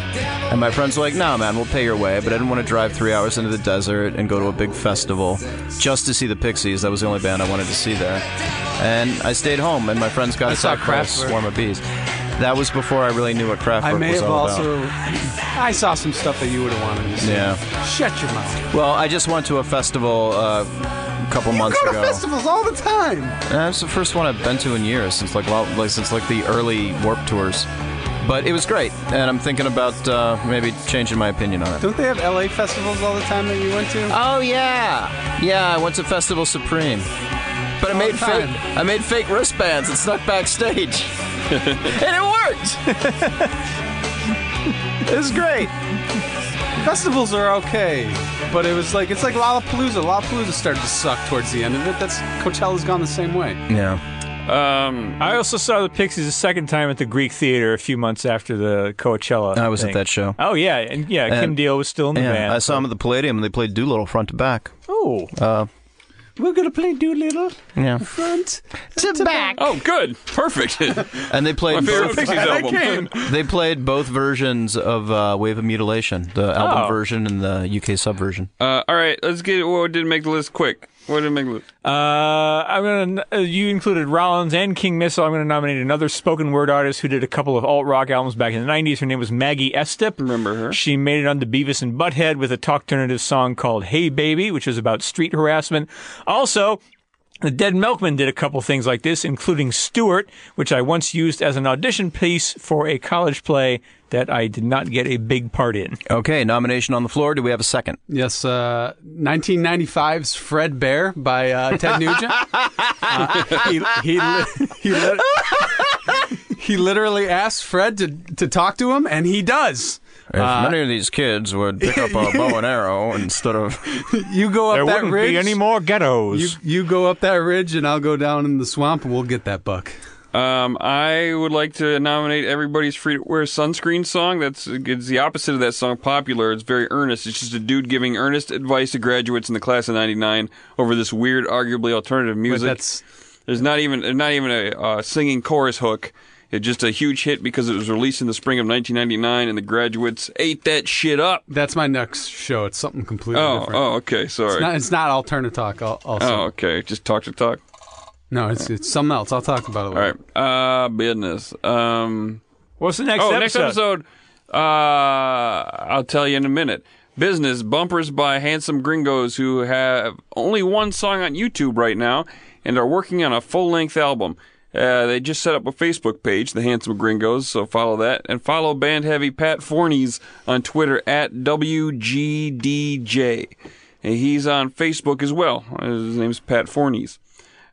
Speaker 2: And my friends were like, nah, man, we'll pay your way, but I didn't want to drive three hours into the desert and go to a big festival just to see the Pixies. That was the only band I wanted to see there. And I stayed home, and my friends got
Speaker 3: I saw
Speaker 2: attacked by a
Speaker 3: Kraftwerk.
Speaker 2: swarm of bees. That was before I really knew what Kraftwerk
Speaker 3: I may
Speaker 2: was
Speaker 3: have
Speaker 2: all about.
Speaker 3: also I saw some stuff that you would have wanted to see.
Speaker 2: Yeah.
Speaker 3: Shut your mouth.
Speaker 2: Well, I just went to a festival uh, a couple months
Speaker 3: Go to
Speaker 2: ago.
Speaker 3: festivals all the time.
Speaker 2: That's Uh, the first one I've been to in years since like, well, like since like the early Warp tours, but it was great, and I'm thinking about uh, maybe changing my opinion on it.
Speaker 3: Don't they have LA festivals all the time that you went to?
Speaker 2: Oh yeah, yeah. I went to Festival Supreme, but I made fake
Speaker 3: time.
Speaker 2: I made fake wristbands and snuck backstage, and it worked. it was great.
Speaker 3: Festivals are okay, but it was like it's like Lollapalooza. Lollapalooza started to suck towards the end of it. That's Coachella's gone the same way.
Speaker 2: Yeah.
Speaker 4: Um,
Speaker 5: I also saw the Pixies a second time at the Greek Theater a few months after the Coachella.
Speaker 2: I was
Speaker 5: thing.
Speaker 2: at that show.
Speaker 5: Oh yeah, and yeah, Kim
Speaker 2: And-
Speaker 5: Deal was still in the
Speaker 2: yeah,
Speaker 5: band.
Speaker 2: I saw them at the Palladium, and they played Doolittle front to back.
Speaker 5: Oh,
Speaker 2: Uh,
Speaker 3: We're gonna play Doolittle
Speaker 2: yeah.
Speaker 3: front
Speaker 2: to, back.
Speaker 4: Oh, good, perfect.
Speaker 2: And they played
Speaker 4: My favorite
Speaker 2: both-
Speaker 4: Pixies Glad I album. came.
Speaker 2: They played both versions of uh, Wave of Mutilation, the album
Speaker 4: Oh.
Speaker 2: version and the UK sub version.
Speaker 4: uh, all right, let's get. What didn't make the list? Quick. What didn't make the list?
Speaker 5: Uh, I'm gonna. Uh, you included Rollins and King Missile. I'm gonna nominate another spoken word artist who did a couple of alt rock albums back in the '90s. Her name was Maggie Estep.
Speaker 4: Remember her?
Speaker 5: She made it onto Beavis and Butthead with a talkative song called "Hey Baby," which is about street harassment. Also. The Dead Milkmen did a couple things like this, including Stewart, which I once used as an audition piece for a college play that I did not get a big part in.
Speaker 2: Okay, nomination on the floor. Do we have a second?
Speaker 3: Yes, uh, 1995's Fred Bear by uh, Ted Nugent. Uh, he, he, li- he, lit- he literally asks Fred to, to talk to him, and he does.
Speaker 2: If
Speaker 3: Uh,
Speaker 2: many of these kids would pick up a bow and arrow instead of
Speaker 3: you go up
Speaker 5: There
Speaker 3: that
Speaker 5: wouldn't
Speaker 3: ridge.
Speaker 5: be any more
Speaker 3: you,
Speaker 5: ghettos.
Speaker 3: you go up that ridge, and I'll go down in the swamp, and we'll get that buck.
Speaker 4: Um, I would like to nominate everybody's free to wear sunscreen song. That's it's the opposite of that song. Popular. It's very earnest. It's just a dude giving earnest advice to graduates in the class of '99 over this weird, arguably alternative music.
Speaker 3: that's-
Speaker 4: There's not even not even a uh, singing chorus hook. It's just a huge hit because it was released in the spring of 1999, and the graduates ate that shit up.
Speaker 3: That's my next show. It's something completely
Speaker 4: Oh,
Speaker 3: different.
Speaker 4: oh, okay, sorry.
Speaker 3: It's not, it's not alternative talk. al- Also,
Speaker 4: oh, okay, just talk to talk.
Speaker 3: no, it's it's something else. I'll talk about it
Speaker 4: All
Speaker 3: later.
Speaker 4: right, uh, business. Um.
Speaker 5: What's the next
Speaker 4: oh,
Speaker 5: episode?
Speaker 4: next episode. Uh, I'll tell you in a minute. Business bumpers by handsome gringos who have only one song on YouTube right now and are working on a full length album. Uh, they just set up a Facebook page, the Handsome Gringos, so follow that. And follow Band Heavy Pat Fornes on Twitter at WGDJ. And he's on Facebook as well. His name's Pat Fornes.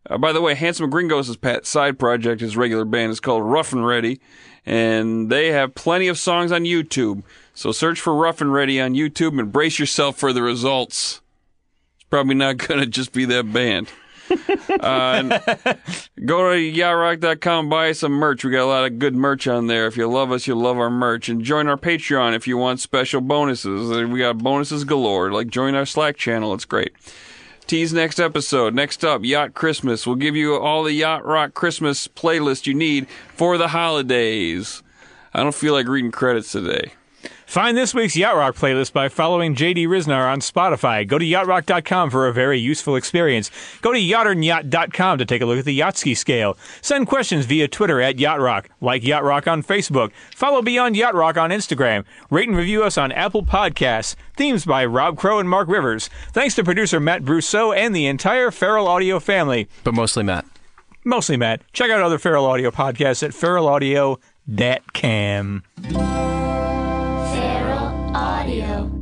Speaker 4: Uh, by the way, Handsome Gringos is Pat's side project. His regular band is called Rough and Ready, and they have plenty of songs on YouTube. So search for Rough and Ready on YouTube and brace yourself for the results. It's probably not going to just be that band. uh, and go to yarock.com, buy some merch. We got a lot of good merch on there. If you love us, you'll love our merch. And join our Patreon if you want special bonuses. Uh, We got bonuses galore. Like join our Slack channel, it's great. Tease next episode. Next up, Yacht Christmas. We'll give you all the Yacht Rock Christmas playlist you need for the holidays. I don't feel like reading credits today.
Speaker 5: Find this week's Yacht Rock playlist by following JD Riznar on Spotify. Go to yachtrock.com for a very useful experience. Go to yachternyacht.com to take a look at the Yachtsky scale. Send questions via Twitter at Yachtrock. Like Yachtrock on Facebook. Follow Beyond Yacht Rock on Instagram. Rate and review us on Apple Podcasts. Themes by Rob Crow and Mark Rivers. Thanks to producer Matt Brousseau and the entire Feral Audio family.
Speaker 2: But mostly Matt.
Speaker 5: Mostly Matt. Check out other Feral Audio podcasts at feralaudio.com.
Speaker 1: Feral Audio.